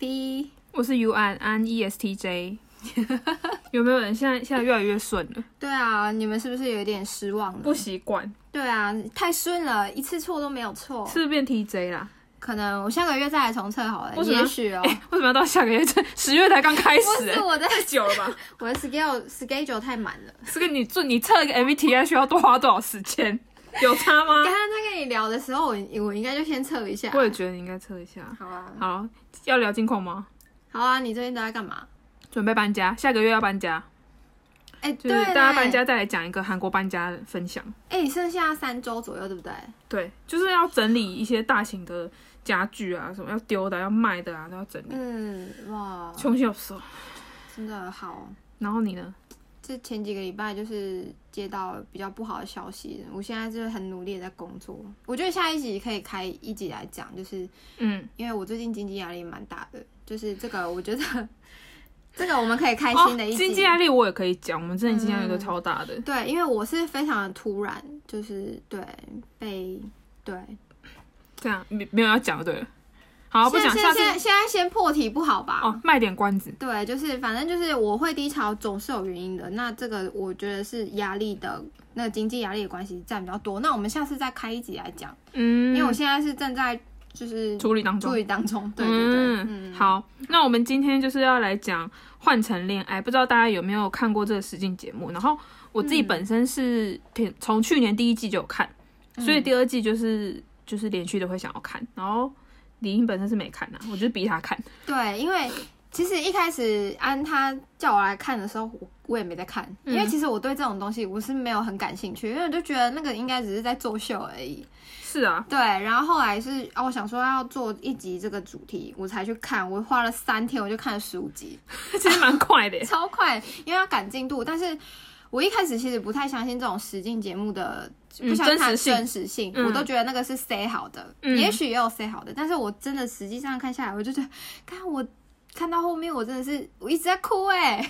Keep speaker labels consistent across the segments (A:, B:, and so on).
A: ，E
B: 不是 U N N E S T J。有没有人现在现在越来越顺了？
A: 对啊，你们是不是有点失望了？
B: 不习惯，
A: 对啊，太顺了，一次错都没有错。
B: 是不是变 T J 啦？
A: 可能我下个月再来重测好了，
B: 为什么
A: 也许哦、
B: 哎、为什么要到下个月？这十月才刚开
A: 不是
B: 始、哎
A: 我的
B: 太久了 吧？
A: 我的 schedule schedule 太满了。
B: 这个你做你测一个 MBTI 需要多花多少时间？ 有差吗
A: 刚？刚在跟你聊的时候，我我应该就先测一下。
B: 啊我也觉得你应该测一下。
A: 好啊，
B: 好，要聊近况吗？
A: 好啊，你最近都在干嘛？
B: 准备搬家，下个月要搬家，
A: 哎、
B: 就
A: 对
B: 是
A: 嘞，
B: 大家搬家再来讲一个韩国搬家的分享。
A: 哎、你剩下三周左右，对不对？
B: 对，就是要整理一些大型的家具啊，什么要丢的、要卖的啊，都要整理。
A: 嗯，哇，
B: 穷有时候，
A: 真的好。
B: 然后你呢？
A: 这前几个礼拜就是接到比较不好的消息，我现在就是很努力的在工作。我觉得下一集可以开一集来讲，就是
B: 嗯，
A: 因为我最近经济压力蛮大的，就是这个我觉得 这个我们可以开新的一集。
B: 哦
A: 嗯
B: 经济压力我也可以讲，我们之前经济压力都超大的。
A: 对，因为我是非常的突然，就是对被对。
B: 这样没没有要讲就对了。好，哦不
A: 现
B: 讲
A: 在
B: 下
A: 现
B: 次
A: 在现在先破题不好吧？
B: 哦，卖点关子。
A: 对，就是反正就是我会低潮总是有原因的。那这个我觉得是压力的，那个经济压力的关系占比较多。那我们下次再开一集来讲，
B: 嗯，
A: 因为我现在是正在就是
B: 处理当中
A: 注。意当中。对对对，
B: 嗯，
A: 嗯，
B: 好，那我们今天就是要来讲《换乘恋爱》，不知道大家有没有看过这个实境节目？然后我自己本身是挺从去年第一季就有看，
A: 嗯
B: 所以第二季就是就是连续的会想要看。然后李英本身是没看啊，我就是逼 他看。
A: 对，因为其实一开始安他叫我来看的时候，我我也没在看，因为
B: 嗯
A: 其实我对这种东西我是没有很感兴趣，因为我就觉得那个应该只是在作秀而已。
B: 是啊，
A: 对，然后后来是哦，我想说要做一集这个主题，我才去看，我花了三天，我就看了十五集。
B: 其实蛮快的耶。
A: 超快，因为要赶进度。但是我一开始其实不太相信这种实境节目的
B: 嗯
A: 不相信它的
B: 真实性
A: 真实性，
B: 嗯
A: 我都觉得那个是 say 好的，
B: 嗯
A: 也许也有 say 好的。但是我真的实际上看下来，我就觉得，看我看到后面，我真的是我一直在哭哎、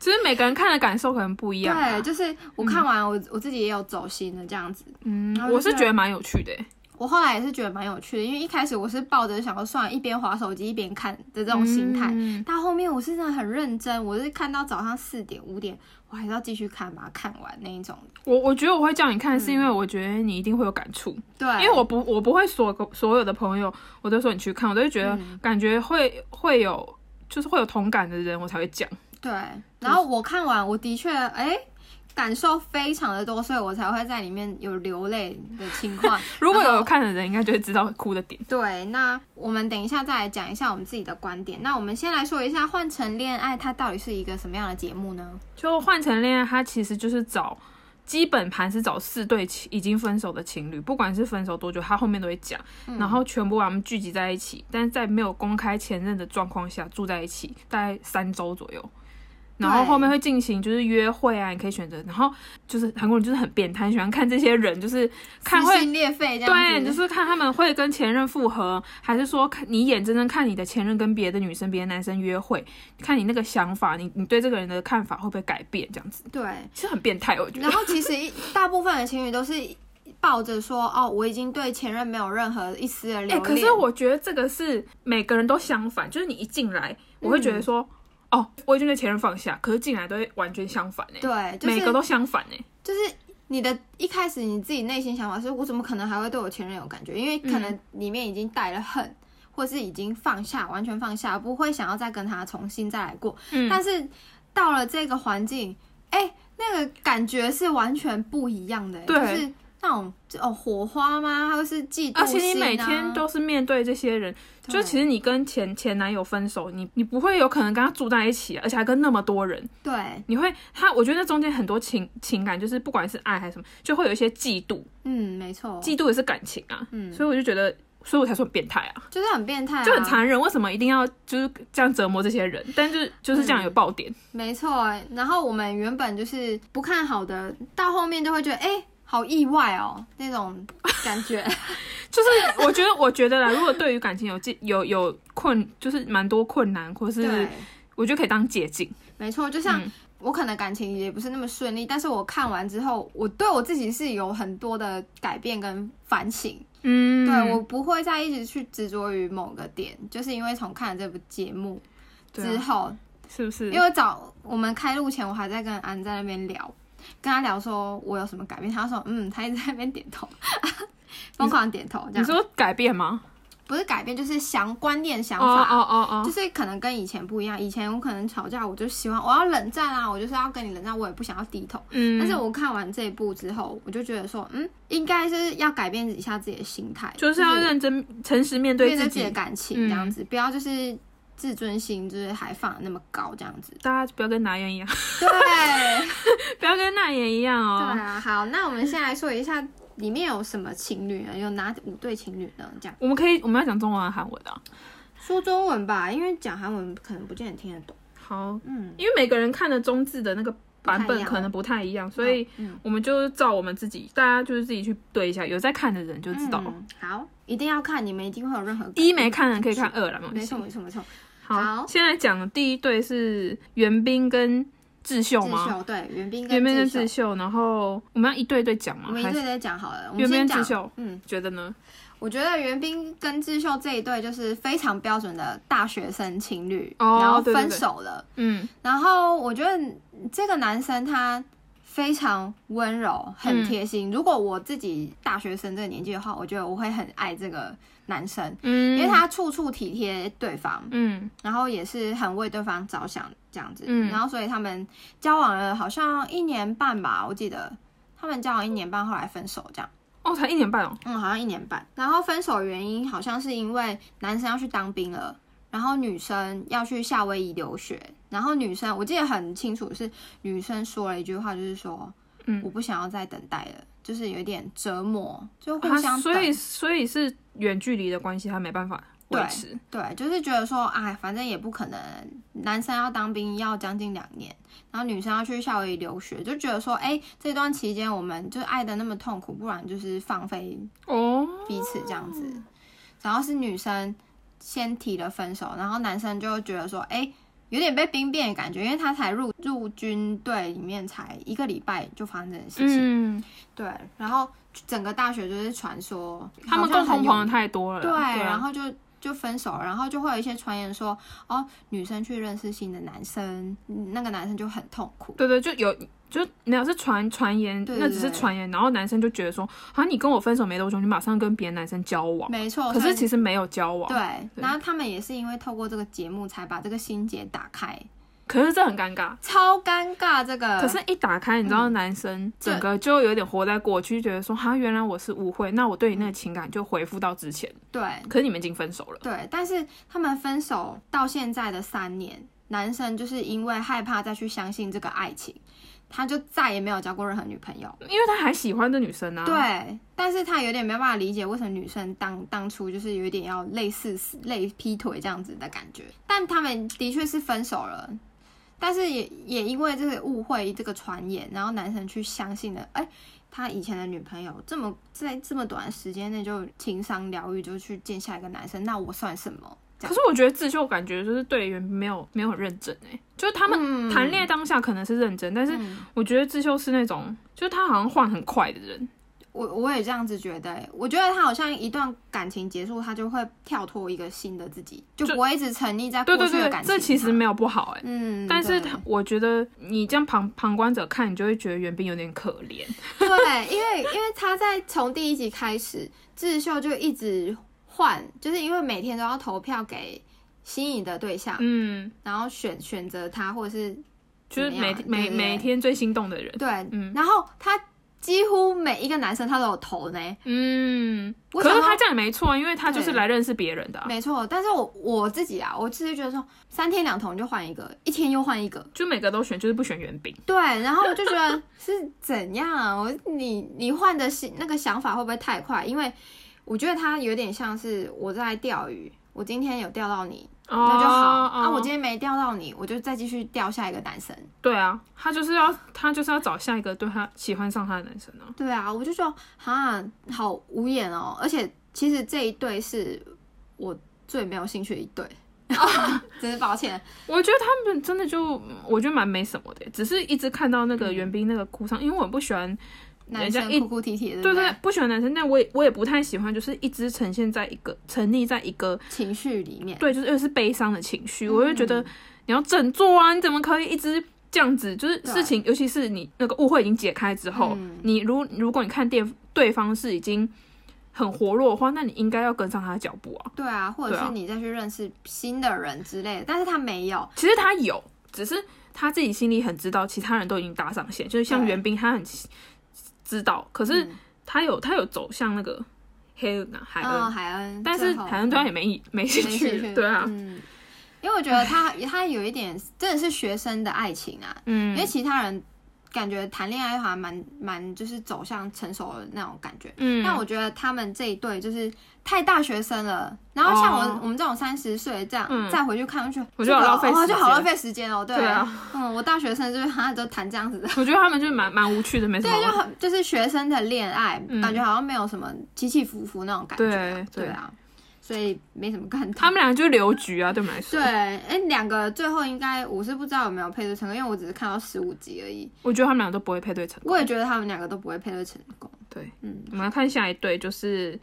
B: 只是每个人看的感受可能不一样、啊。
A: 对，，就是我看完我、我自己也有走心的这样子。
B: 嗯
A: 然，后就
B: 我是觉得蛮有趣的耶。欸
A: 我后来也是觉得蛮有趣的，因为一开始我是抱着想要算一边划手机一边看的这种心态。
B: 嗯
A: 到后面我是真的很认真，我是看到早上四点五点，我还是要继续看，把它看完那一种。
B: 我我觉得我会叫你看，是因
A: 嗯
B: 为我觉得你一定会有感触。
A: 对，
B: 因为我不我不会所有所有的朋友，我都说你去看，我都会觉得
A: 嗯
B: 感觉会、会有就是会有同感的人，我才会讲。。
A: 对，然后我看完，我的确哎、感受非常的多，所以我才会在里面有流泪的情况
B: 如果
A: 然
B: 有
A: 后
B: 看的人，应该就会知道哭的点。
A: 对，那我们等一下再来讲一下我们自己的观点。那我们先来说一下《换乘恋爱》它到底是一个什么样的节目呢？
B: 就换成恋爱，它其实就是找基本盘是找四对情已经分手的情侣，不管是分手多久，他后面都会讲，然后全部把他们聚集在一起，但是在没有公开前任的状况下住在一起，大概三周左右。然后
A: 对
B: 后面会进行就是约会啊，你可以选择。然后就是韩国人就是很变态，喜欢看这些人，就是看
A: 撕
B: 会
A: 心裂肺这样
B: 对，
A: 子，
B: 就、是看他们会跟前任复合，还是说看你眼睁睁看你的前任跟别的女生、别的男生约会，看你那个想法，你你对这个人的看法会不会改变？这样子
A: 对。
B: 其实很变态，我觉得。
A: 然后其实一大部分的情侣都是抱着说，哦，我已经对前任没有任何一丝的留恋。
B: 哎、可是我觉得这个是每个人都相反，就是你一进来，我会
A: 嗯
B: 觉得说，哦，我已经对前任放下，可是进来都会完全相反哎、
A: 对，就是
B: 每个都相反哎、
A: 就是你的一开始你自己内心想法是，我怎么可能还会对我前任有感觉？因为可能里面已经带了恨，或是已经放下，完全放下，不会想要再跟他重新再来过。
B: 嗯
A: 但是到了这个环境，哎、那个感觉是完全不一样的、欸
B: 对
A: 就是那种哦火花吗？或是嫉妒、啊、
B: 而且你每天都是面对这些人，就其实你跟前前男友分手，你你不会有可能跟他住在一起啊，而且还跟那么多人。
A: 对，
B: 你会他，我觉得那中间很多情情感，就是不管是爱还是什么，就会有一些嫉妒，
A: 嗯，没错，
B: 嫉妒也是感情啊。嗯，所以我就觉得，所以我才说很变态啊，
A: 就是很变态、啊，
B: 就很残忍。为什么一定要就是这样折磨这些人？但就是就是这样有爆点，
A: 没错，然后我们原本就是不看好的，到后面就会觉得哎、诶好意外哦，那种感 觉。
B: 就是我觉得，我觉得啦，如果对于感情有借有有困，就是蛮多困难，或是嗯
A: 对，
B: 我觉得可以当捷径。
A: 没错，就像我可能感情也不是那么顺利，但是我看完之后，我对我自己是有很多的改变跟反省。
B: 嗯，
A: 对我不会再一直去执着于某个点，就是因为从看了这部节目。
B: 对啊
A: 之后，
B: 是不是？
A: 因为早我们开录前，我还在跟安在那边聊，跟他聊说我有什么改变，他说嗯，他一直在那边点头， 疯狂点头这
B: 你
A: 样，
B: 说改变吗？
A: 不是改变就是想观念想
B: 哦
A: 法。
B: 哦哦
A: 就
B: 哦，
A: 是可能跟以前不一样，以前我可能吵架，我就喜欢我要冷战啊，我就是要跟你冷战，我也不想要低头。
B: 嗯，
A: 但是我看完这一部之后，我就觉得说，嗯，应该是要改变一下自己的心态，
B: 就是要认真、诚实面对
A: 面对
B: 自
A: 自己的
B: 己。。
A: 感情这样子，不要就是自尊心就是还放得那么高这样子
B: 大家不要跟拿烟一样，
A: 对，对
B: 不要跟那言一样哦。
A: 啊，好，那我们先来说一下里面有什么情侣呢？有哪五对情侣呢？这样
B: 我们可以，我们要讲中文还是韩文啊？
A: 说中文吧，因为讲韩文可能不见得听得懂。
B: 好，
A: 嗯，
B: 因为每个人看的中字的那个版
A: 不太一
B: 本
A: 样
B: 可能不太一样，所以
A: 嗯
B: 我们就照我们自己，大家就是自己去对一下，有在看的人就知道。
A: 嗯好，一定要看，你们一定会有任何
B: 一没看的人可以看二了，
A: 没
B: 关系
A: 错。没错没错，好
B: 好，先来讲第一对是袁冰跟智秀
A: 智
B: 吗？
A: 秀对袁冰
B: 袁
A: 跟
B: 冰跟
A: 秀
B: 智秀，然后我们要一对一对讲吗
A: 我？们一
B: 还
A: 对
B: 是
A: 一对讲好了，我们
B: 袁
A: 先
B: 冰跟
A: 讲
B: 智。秀？
A: 嗯，
B: 觉得呢？
A: 我觉得袁冰跟智秀这一对就是非常标准的大学生情侣，
B: 哦
A: 然后
B: 对对
A: 分
B: 对
A: 手了。
B: 嗯，
A: 然后我觉得这个男生他非常温柔，很
B: 嗯
A: 贴心。如果我自己大学生这个年纪的话，我觉得我会很爱这个男生，
B: 嗯，
A: 因为他处处体贴对方，
B: 嗯
A: 然后也是很为对方着想这样子。
B: 嗯
A: 然后所以他们交往了好像一年半吧，我记得他们交往一年半，后来分手这样。
B: 哦，才一年半哦，
A: 嗯，好像一年半。然后分手原因好像是因为男生要去当兵了，然后女生要去夏威夷留学。然后女生我记得很清楚是女生说了一句话，就是说，
B: 嗯
A: 我不想要再等待了，就是有点折磨，就互
B: 他
A: 相
B: 啊所以
A: 等。
B: 所以是远距离的关系，他没办法维
A: 对
B: 持。
A: 对，就是觉得说，哎，反正也不可能，男生要当兵要将近两年，然后女生要去夏威夷留学，就觉得说，哎，这段期间我们就爱的那么痛苦，不然就是放飞
B: 哦，
A: 彼此这样子。然后是女生先提了分手，然后男生就觉得说，哎、有点被兵变的感觉，因为他才入入军队里面才一个礼拜就发生这件事情，
B: 嗯，
A: 对。然后整个大学就是传说
B: 他们
A: 好像很
B: 共同
A: 有
B: 朋友太多了
A: 对，
B: 啦。
A: 然
B: 啊
A: 后就。就分手，然后就会有一些传言说，哦，女生去认识新的男生，那个男生就很痛苦。
B: 对对，就有就那是传传言，
A: 对对
B: 那只是
A: 对
B: 传言。然后男生就觉得说，啊，你跟我分手没多久，你马上跟别的男生交往，
A: 没错，
B: 可
A: 所
B: 是
A: 以
B: 其实没有交往。
A: 对，然后他们也是因为透过这个节目才把这个心结打开，
B: 可是这很尴尬。
A: 超尴尬这个。
B: 可是，一打开，你知道，男生整个就有点活在过去，觉得说，哈，原来我是误会，那我对你那个情感就回复到之前。
A: 对
B: 可是你们已经分手了，
A: 对，但是他们分手到现在的三年，男生就是因为害怕再去相信这个爱情，他就再也没有交过任何女朋友。
B: 因为他还喜欢这女生啊。
A: 对，但是他有点没办法理解为什么女生当当初就是有一点要类似死类劈腿这样子的感觉，但他们的确是分手了，但是也也因为这个误会这个传言，然后男生去相信了，哎，他以前的女朋友这么在这么短的时间内就情商疗愈，就去见下一个男生，那我算什 么？这样
B: 可是我觉得智秀感觉就是对原没有没有很认真哎、就是他们
A: 嗯
B: 谈恋爱当下可能是认真，但是
A: 嗯
B: 我觉得智秀是那种，就是他好像换很快的人，
A: 我我也这样子觉得、哎我觉得他好像一段感情结束，他就会跳脱一个新的自己，就
B: 就
A: 不会一直沉溺在过
B: 对对
A: 去的感
B: 对，
A: 情上。
B: 这其实没有不好哎、
A: 嗯，
B: 但
A: 对
B: 是他，我觉得你这样旁旁观者看，你就会觉得袁冰有点可怜。
A: 对，因为因为他在从第一集开始，智秀就一直换，就是因为每天都要投票给心仪的对象，
B: 嗯，
A: 然后选选择他，或者是
B: 就是
A: 怎么
B: 每
A: 样
B: 每
A: 对对
B: 每天最心动的人。
A: 对，
B: 嗯
A: 然后他几乎每一个男生他都有投呢，
B: 嗯，
A: 我
B: 可是
A: 想
B: 他
A: 要
B: 这样也没错，啊因为他就是
A: 对
B: 来认识别人的、啊，
A: 没错。但是我我自己啊，我自己觉得说，三天两头你就换一个，一天又换一个，
B: 就每个都选，就是不选袁冰。
A: 对，然后我就觉得是怎样啊？我你你换的心那个想法会不会太快？因为我觉得他有点像是我在钓鱼，我今天有钓到你，那就好。那、
B: 哦
A: 啊、我今天没钓到你，我就再继续钓下一个男生。
B: 对啊，他就是要他就是要找下一个对他喜欢上他的男生啊。
A: 对啊，我就说哈，好无言哦。而且其实这一对是我最没有兴趣的一 对，真是抱歉。
B: 我觉得他们欸真的就，嗯我觉得蛮没什么的，只是一直看到那个袁冰那个哭丧，因为我很不喜欢
A: 男
B: 人家一
A: 生哭哭啼啼的，对
B: 对
A: 不
B: 对，不喜欢男生，但我也我也不太喜欢，就是一直呈现在一个沉溺在一个
A: 情绪里面，
B: 对，就是又是悲伤的情绪，我就觉
A: 嗯
B: 得你要振作啊，你怎么可以一直这样子？就是
A: 对
B: 事情，尤其是你那个误会已经解开之后，
A: 嗯
B: 你如如果你看对对方是已经很活络的话，那你应该要跟上他的脚步啊。
A: 对啊，或者
B: 对
A: 是
B: 啊
A: 你再去认识新的人之类的，但是他没有，
B: 其实他有，只是他自己心里很知道，其他人都已经搭上线，就是像
A: 对
B: 袁冰，他很知道，可是
A: 嗯
B: 他有他有走向那个黑人啊海恩，
A: 嗯，海恩，
B: 但是
A: 最后
B: 海恩对他也没没兴
A: 没
B: 趣，对啊，
A: 嗯，因为我觉得他 他有一点真的是学生的爱情啊，因
B: 嗯
A: 为其他人感觉谈恋爱好像蛮蛮就是走向成熟的那种感觉，
B: 嗯，
A: 但我觉得他们这一对就是太大学生了，然后像我、
B: 哦
A: 我们这种三十岁这样、
B: 嗯
A: 再回去看，就
B: 我觉得好浪费
A: 哦
B: 时
A: 就
B: 间
A: 好浪费时间哦，对
B: 对啊，
A: 嗯，我大学生就是好像都谈这样子的。
B: 我觉得他们就是蛮蛮无趣的，没什
A: 对，
B: 么
A: 就很就是学生的恋爱，感觉好像没有什么起起伏伏那种感觉啊。
B: 嗯对
A: 对啊，所以没什么看头。
B: 他们俩就留局啊，对我们来说。
A: 对，哎，两个最后应该我是不知道有没有配对成功，因为我只是看到十五集而已。
B: 我觉得他们俩都不会配对成功。
A: 我也觉得他们两个都不会配对成功。
B: 对，
A: 嗯，啊
B: 我们来看下一对，就是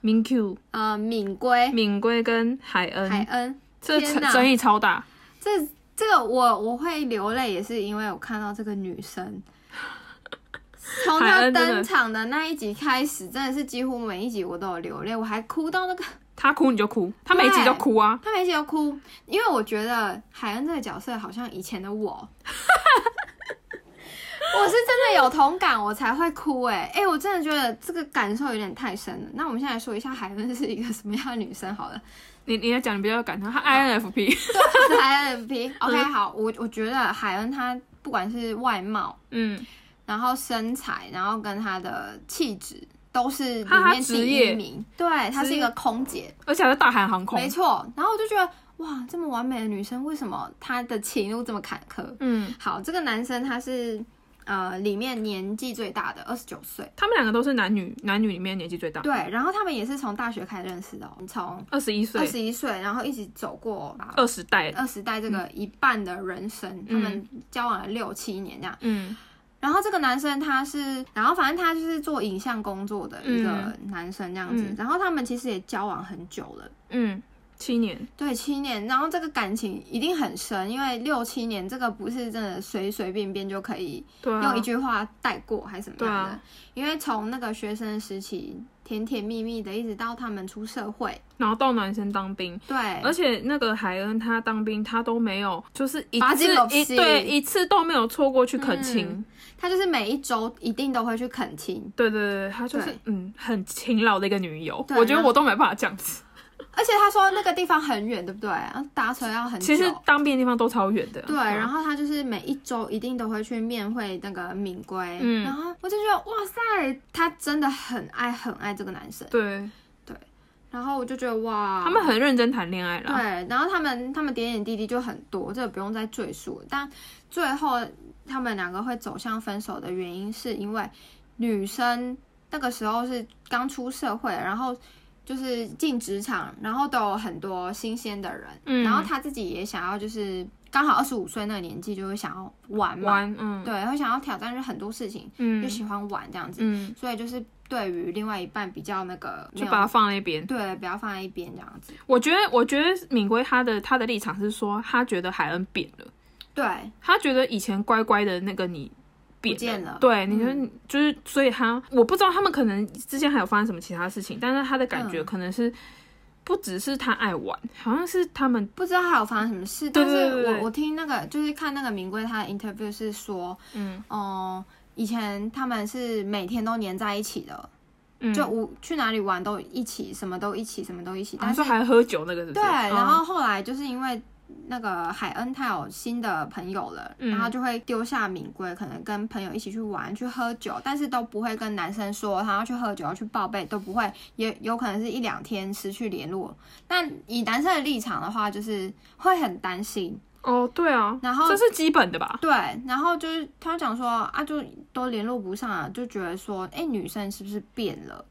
B: 明 Q
A: 呃，敏圭、
B: 敏圭跟海
A: 海
B: 恩，
A: 恩，
B: 这
A: 天
B: 争
A: 哪
B: 争议超大。
A: 这这个我我会流泪，也是因为我看到这个女生。从
B: 海
A: 她
B: 恩真的
A: 登场的那一集开始，真的是几乎每一集我都有流泪，我还哭到那个
B: 他哭你就哭，他每一集都哭啊。
A: 他每一集都哭，因为我觉得海恩这个角色好像以前的 我，我是真的有同感，我才会哭哎、哎、我真的觉得这个感受有点太深了。那我们现在说一下海恩是一个什么样的女生好了。
B: 你你要讲，你比较有感受，他 INFP，
A: 对，她是 INFP，OK，、好，我我觉得海恩她不管是外貌，
B: 嗯，
A: 然后身材，然后跟她的气质。都是里
B: 她她
A: 面
B: 职
A: 第一
B: 业
A: 名，对，她是
B: 职
A: 一
B: 业
A: 个空姐，
B: 而且还是大韩航空
A: 没，错。然后我就觉得，哇，这么完美的女生，为什么她的情路这么坎坷？
B: 嗯，
A: 好，这个男生他是呃里面年纪最大的，二十九岁。
B: 他们两个都是男女男女里面年纪最大，
A: 对，然后他们也是从大学开始认识的、哦，从
B: 二十一
A: 二
B: 岁，
A: 十一岁，然后一起走过啊
B: 二十代，
A: 二十代这个一半的人生，他们交往了六七年这样。
B: 嗯
A: 然后这个男生他是，然后反正他就是做影像工作的一个男生这样子。
B: 嗯
A: 然后他们其实也交往很久了。
B: 嗯，七年，
A: 对，七年，然后这个感情一定很深，因为六七年这个不是真的随随便便就可以
B: 对啊，
A: 用一句话带过还是怎么样的？
B: 对啊
A: 因为从那个学生时期甜甜蜜蜜的，一直到他们出社会，
B: 然后到男生当兵，
A: 对，
B: 而且那个海恩他当兵，他都没有，就是一
A: 拔
B: 次
A: 筋搂
B: 一
A: 心
B: 对一次都没有错过去恳亲。
A: 嗯他就是每一周一定都会去恳亲，
B: 对对对，她就是
A: 对
B: 嗯很勤劳的一个女友，
A: 对
B: 我觉得
A: 那
B: 我都没办法这样子。
A: 而且他说那个地方很远，对不对？啊搭车要很久。
B: 其实啊当兵的地方都超远的。啊
A: 对，然
B: 后
A: 后他就是每一周一定都会去面会那个敏圭，
B: 嗯
A: 然后我就觉得哇塞，他真的很爱很爱这个男生，
B: 对
A: 然后我就觉得哇，
B: 他们很认真谈恋爱啦。
A: 对，然后他们他们点点滴滴就很多，这个不用再赘述了。但最后他们两个会走向分手的原因，是因为女生那个时候是刚出社会，然后就是进职场，然后都有很多新鲜的人，
B: 嗯
A: 然后她自己也想要就是刚好二十五岁那个年纪，就会想要玩嘛，
B: 玩嗯
A: 对，会想要挑战就很多事情，就
B: 嗯
A: 喜欢玩这样子，
B: 嗯，
A: 所以就是对于另外一半比较那个没
B: 就
A: 有
B: 把它放那边。
A: 对，不要放在一边这样子，
B: 我觉得我觉得敏圭她的她的立场是说，她觉得海恩变了，
A: 对。
B: 她觉得以前乖乖的那个你。变
A: 不见了
B: 对，你
A: 嗯
B: 就是、就是，所以她我不知道他们可能之前还有发生什么其他事情，但是她的感觉
A: 嗯
B: 可能是、不只是她爱玩，好像是他们
A: 不知道还有发生什么事，
B: 对
A: 但
B: 对
A: 是
B: 对对
A: 我我听那个就是看那个明贵他的 interview 是说，
B: 嗯
A: 哦、以前他们是每天都黏在一起的，
B: 嗯哦
A: 就无去哪里玩都一起，什么都一起，什么都一起。
B: 他
A: 但是
B: 说还喝酒那个是不
A: 对，
B: 是？
A: 然
B: 嗯
A: 后后来就是因为那个海恩他有新的朋友了，
B: 嗯
A: 然后就会丢下敏贵，可能跟朋友一起去玩、去喝酒，但是都不会跟男生说他要去喝酒、要去报备，都不会，也有可能是一两天失去联络。但以男生的立场的话，就是会很担心。
B: 哦，对啊，
A: 然后
B: 这是基本的吧？
A: 对，然后就是他讲说啊，就都联络不上啊，就觉得说，哎、女生是不是变了？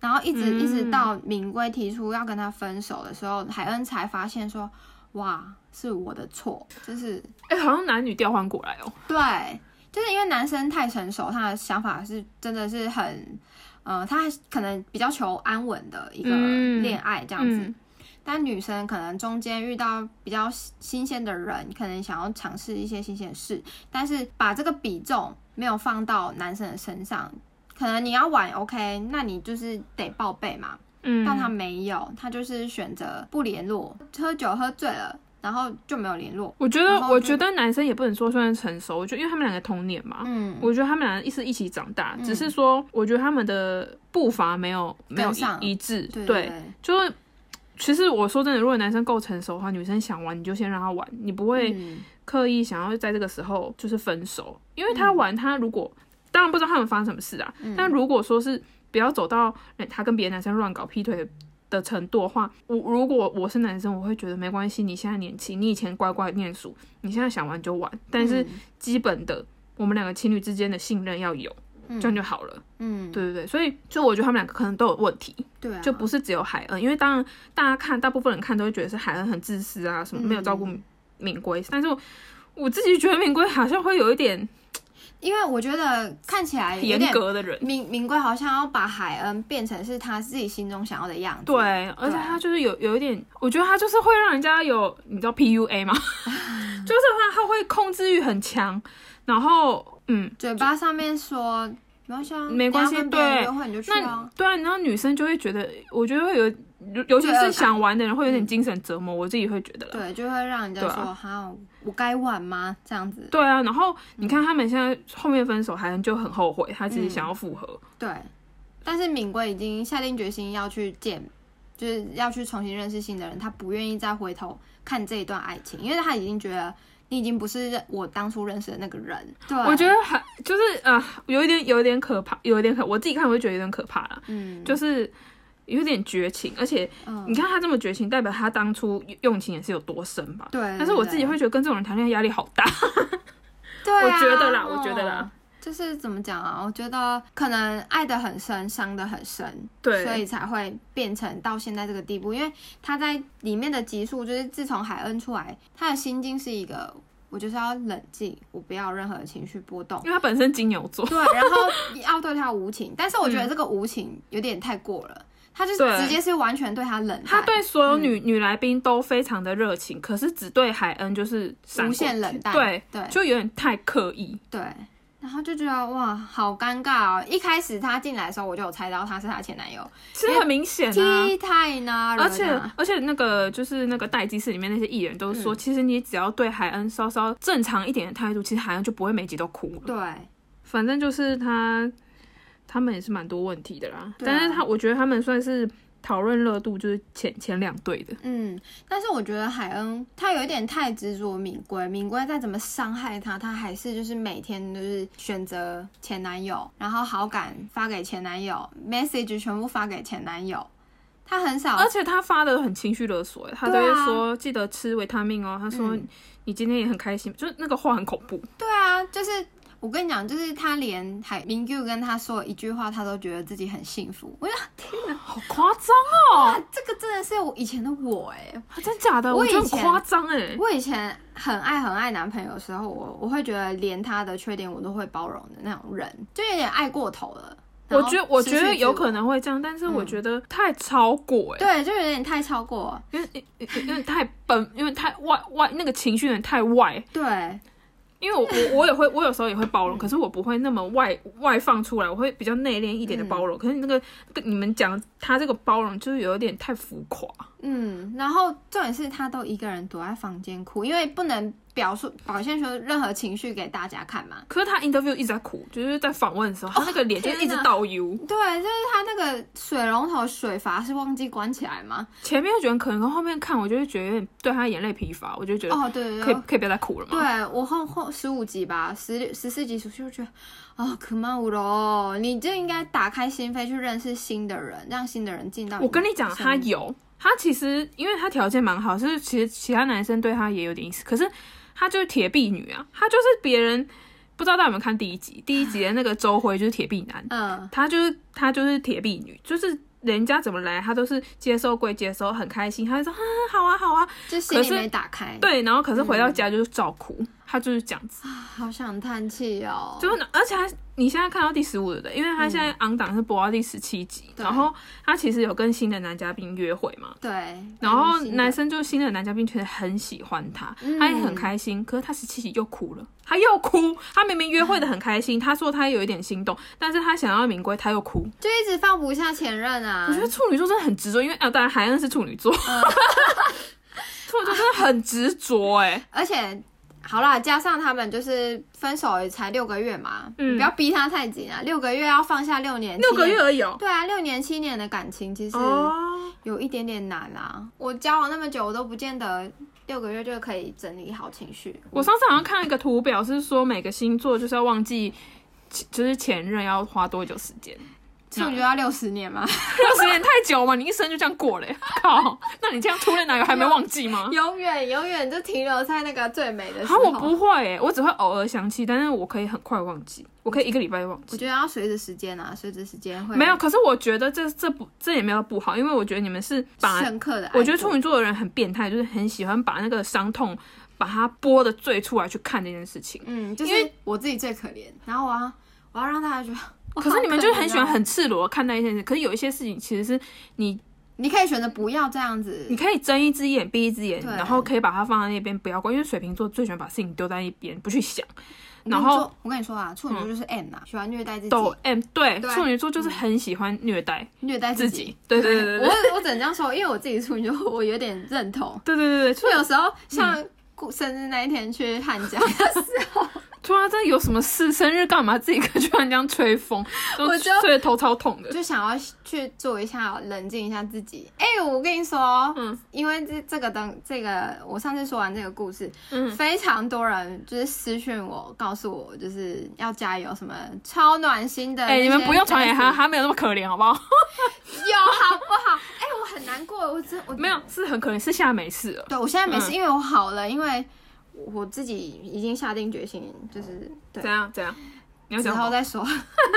A: 然后一直、一直
B: 嗯
A: 到敏圭提出要跟他分手的时候，海恩才发现说，哇，是我的错，就是
B: 哎、好像男女调换过来哦。
A: 对。就是因为男生太成熟，他的想法是真的是很，呃，他可能比较求安稳的一个
B: 嗯
A: 恋爱这样子。
B: 嗯
A: 但女生可能中间遇到比较新鲜的人，可能想要尝试一些新鲜事，但是把这个比重没有放到男生的身上。可能你要玩 OK，那你就是得报备嘛。
B: 嗯，
A: 但他没有，他就是选择不联络，喝酒喝醉了，然后就没有联络。
B: 我觉
A: 然
B: 得，
A: 后
B: 我
A: 就
B: 觉得男生也不能说算成熟，我觉得因为他们两个同年嘛，
A: 嗯，
B: 我觉得他们俩一是一起长大，
A: 嗯
B: 只是说我觉得他们的步伐没有没有
A: 跟上
B: 一一致，
A: 对对，
B: 就是其实我说真的，如果男生够成熟的话，女生想玩你就先让他玩，你不会
A: 嗯
B: 刻意想要在这个时候就是分手，因为
A: 嗯
B: 他玩他如果当然不知道他们发生什么事啊，但如果说是不要走到哎他跟别的男生乱搞劈腿。的程度的话，我如果我是男生，我会觉得没关系。你现在年轻，你以前乖乖念书，你现在想玩就玩，但
A: 嗯
B: 是基本的我们两个情侣之间的信任要有，
A: 嗯
B: 这样就好了。
A: 嗯，
B: 对对对，所以就我觉得他们两个可能都有问题，
A: 对啊，
B: 就不是只有海恩，因为当然大家看大部分人看都会觉得是海恩很自私啊，什么没有照顾
A: 嗯
B: 敏圭，但是我我自己觉得敏圭好像会有一点
A: 因为我觉得看起来哎有
B: 严
A: 点
B: 格的人，
A: 明明贵好像要把海恩变成是他自己心中想要的样子。
B: 对，而且
A: 啊
B: 他就是有有一点，我觉得他就是会让人家有你知道 PUA 吗？ 就是他他会控制欲很强，然后嗯。
A: 嘴巴上面说没关系啊，
B: 没关系
A: 等一下跟别人
B: 对
A: 约会你就去
B: 那
A: 啊。
B: 对啊，然后女生就会觉得，我觉得会有，尤尤其
A: 罪恶
B: 是
A: 感嗯
B: 想玩的人会有点精神折磨，我自己会觉得啦。
A: 对，就会让人家
B: 对啊
A: 说哈、我该玩吗？这样子，
B: 对啊，然后你
A: 嗯
B: 看他们现在后面分手，海恩就很后悔，他其实想要复合，
A: 对。但是敏贵已经下定决心要去见，就是要去重新认识新的人，他不愿意再回头看这一段爱情，因为他已经觉得你已经不是我当初认识的那个人。对，啊
B: 我觉得还就是呃，有一点有一点可怕，有一点可，我自己看我就觉得有点可怕了，
A: 嗯，
B: 就是有点绝情，而且
A: 嗯
B: 你看他这么绝情，代表他当初用情也是有多深吧。
A: 对，
B: 但是我自己
A: 对
B: 会觉得跟这种人谈恋爱压力好大，
A: 对啊、
B: 我觉得啦
A: 哦
B: 我觉得啦，
A: 就是怎么讲啊？我觉得可能爱得很深，伤得很深，
B: 对
A: 所以才会变成到现在这个地步。因为他在里面的集数，就是自从海恩出来，他的心境是一个，我就是要冷静，我不要有任何情绪波动
B: 因。为他本身金牛座，
A: 对，然后要对他无情，但是我觉得这个无情有点太过了，他就是
B: 对
A: 直接是完全对他冷淡，
B: 他对所有
A: 嗯
B: 女、女来宾都非常的热情，可是只对海恩就是闪
A: 无
B: 过
A: 限冷淡，
B: 对
A: 对，
B: 就有点太刻意。
A: 对，然后就觉得哇，好尴尬哦！一开始他进来的时候，我就有猜到他是她前男友，
B: 其实很明显啊，
A: 踢太呢，
B: 而且
A: 惹他
B: 而且那个就是那个待机室里面那些艺人都
A: 嗯
B: 说，其实你只要对海恩稍稍正常一点的态度，其实海恩就不会每集都哭了。
A: 对
B: 反正就是他他们也是蛮多问题的啦，
A: 对啊
B: 但是他我觉得他们算是讨论热度就是前前两队的。
A: 嗯，但是我觉得海恩他有一点太执着敏圭，敏圭再怎么伤害他，他还是就是每天都是选择前男友，然后好感发给前男友，message 全部发给前男友，他很少
B: 而且他发的很情绪勒索、欸，他都
A: 对啊
B: 会说、记得吃维他命哦。他说、
A: 嗯
B: 你今天也很开心，就是那个话很恐怖。
A: 对啊，就是我跟你讲，就是他连海明 Q 跟他说一句话，他都觉得自己很幸福，我就啊
B: 好夸张哦！
A: 这个真的是我以前的我哎、
B: 啊真假的？
A: 我
B: 我觉得
A: 以
B: 很
A: 前
B: 夸张哎。
A: 我以前很爱很爱男朋友的时候，我我会觉得连他的缺点我都会包容的那种人，就有点爱过头了。
B: 我
A: 然后
B: 觉我
A: 失
B: 觉得
A: 去自
B: 有
A: 我
B: 可能会这样，但是我
A: 嗯
B: 觉得太超过哎、欸
A: 对，就有点太超过。
B: 因为因为因为太本，因为太外外那个情绪有点太外。
A: 对，
B: 因为我我我也会，我有时候也会包容，可是我不会那么外外放出来，我会比较内敛一点的包
A: 嗯
B: 容。可是你那个跟你们讲他这个包容，就是有点太浮夸。
A: 嗯，然后重点是他都一个人躲在房间哭，因为不能表述表现出任何情绪给大家看嘛。
B: 可是他 interview 一直在哭，就是在访问的时候，他那个脸就
A: 天
B: 一直
A: 哪
B: 倒 U。
A: 对，就是他那个水龙头水阀是忘记关起来吗？
B: 前面觉得可能，后面看我就会觉得有点对他眼泪疲乏，我就觉得
A: 哦，对对对，
B: 可以可以不要再哭了嘛。
A: 对我后后十五集吧，十六十四集出去，我就觉得啊，可曼五喽，你就应该打开心扉去认识新的人，让新的人进到。
B: 我跟你讲，他，有，他其实因为他条件蛮好，是其实其他男生对他也有点意思，可是他就是铁臂女啊，他就是别人不知道大家有没有看第一集，第一集的那个周辉就是铁臂男，
A: 嗯，
B: 他就是他就是铁臂女，就是。人家怎么来，他都是接受归接受，嗯很开心。他就说啊，好啊，好啊，
A: 就心
B: 可
A: 里
B: 是
A: 没打开。啊
B: 对。然后可是回到家就是照哭，他就是这样子。
A: 好想叹气哦。
B: 就是而且他你现在看到第十五了的，因为他现在昂档是播到第十七集，
A: 对
B: 然后他其实有跟新的男嘉宾约会嘛，
A: 对，
B: 然
A: 蛮
B: 后
A: 新的
B: 男生就新的男嘉宾其实很喜欢他，
A: 嗯
B: 他也很开心，可是他十七集又哭了，他又哭，他明明约会的很开心，他说他有一点心动，但是他想要名归，他又哭。
A: 就一直放不下前任啊。
B: 我觉得处女座真的很执着，因为啊，当然海恩是处女座， 处女座真的很执着哎，
A: 而且好啦，加上他们就是分手也才六个月嘛，
B: 嗯
A: 你不要逼他太紧啊，六个月要放下六年，
B: 六个
A: 七
B: 月
A: 年。
B: 而已哦。
A: 对啊，六年七年的感情其实
B: 哦，
A: 有一点点难啦、我交往那么久，我都不见得六个月就可以整理好情绪。
B: 我上次好像看了一个图表，是说每个星座就是要忘记，就是前任要花多久时间。
A: 处女座要六十年吗？
B: 六十年太久嘛，你一生就这样过了耶，靠！那你这样初恋男友还没忘记吗？
A: 啊永远永远就停留在那个最美的时
B: 啊，
A: 候。
B: 我不会耶，我只会偶尔想起，但是我可以很快忘记，我可以一个礼拜忘
A: 我
B: 记。
A: 觉得要随着时间啊，随着时间会
B: 没有，可是我觉得这这不这也没有不好，因为我觉得你们是把，
A: 深刻的。
B: 我觉得处女座的人很变态，就是很喜欢把那个伤痛把它剥的最出来去看这件事情。
A: 嗯，就是
B: 因
A: 我自己最可怜，然后我要我要让大家觉得。我
B: 可是
A: 好
B: 你们就
A: 怜
B: 很喜
A: 哦
B: 欢很赤裸地看待一件事，可是有一些事情其实是你
A: 你可以选择不要这样子
B: 你，可以睁一只眼闭一只眼，
A: 对
B: 然后可以把它放在那边不要管，因为水瓶座最喜欢把事情丢在一边不去想，
A: 我跟你
B: 然后
A: 说我跟你说啊，处女座就是 M 啊，喜欢虐待自己，
B: 抖 M 对
A: 对
B: 处女座就是很喜欢虐待
A: 虐待
B: 自
A: 己
B: 己。，对对对对对
A: 我我 只能这样说，因为我自己处女座，我有点认同。
B: 对对对对，处
A: 就有时候像过生日那一天去汉江的时 候，
B: 突然啊这有什么事，生日干嘛自己跟居然这样 吹风，
A: 我
B: 都
A: 就
B: 吹得头超痛的。
A: 就想要去做一下冷静一下自己。哎、我跟你说，
B: 嗯
A: 因为这这个灯，这个我上次说完这个故事，
B: 嗯，
A: 非常多人就是私讯我，告诉我就是要加油，什么超暖心的。
B: 哎、你们不用传给他，，他没有那么可怜，好 不好？
A: 有好不好？哎、我很难过，我真我
B: 没有，是很可怜，是现在没事了。
A: 对，我现在没事，
B: 嗯
A: 因为我好了，因为我自己已经下定决心，就是对
B: 怎，样怎样？你要
A: 嗯之
B: 讲
A: 后
B: 好
A: 再说。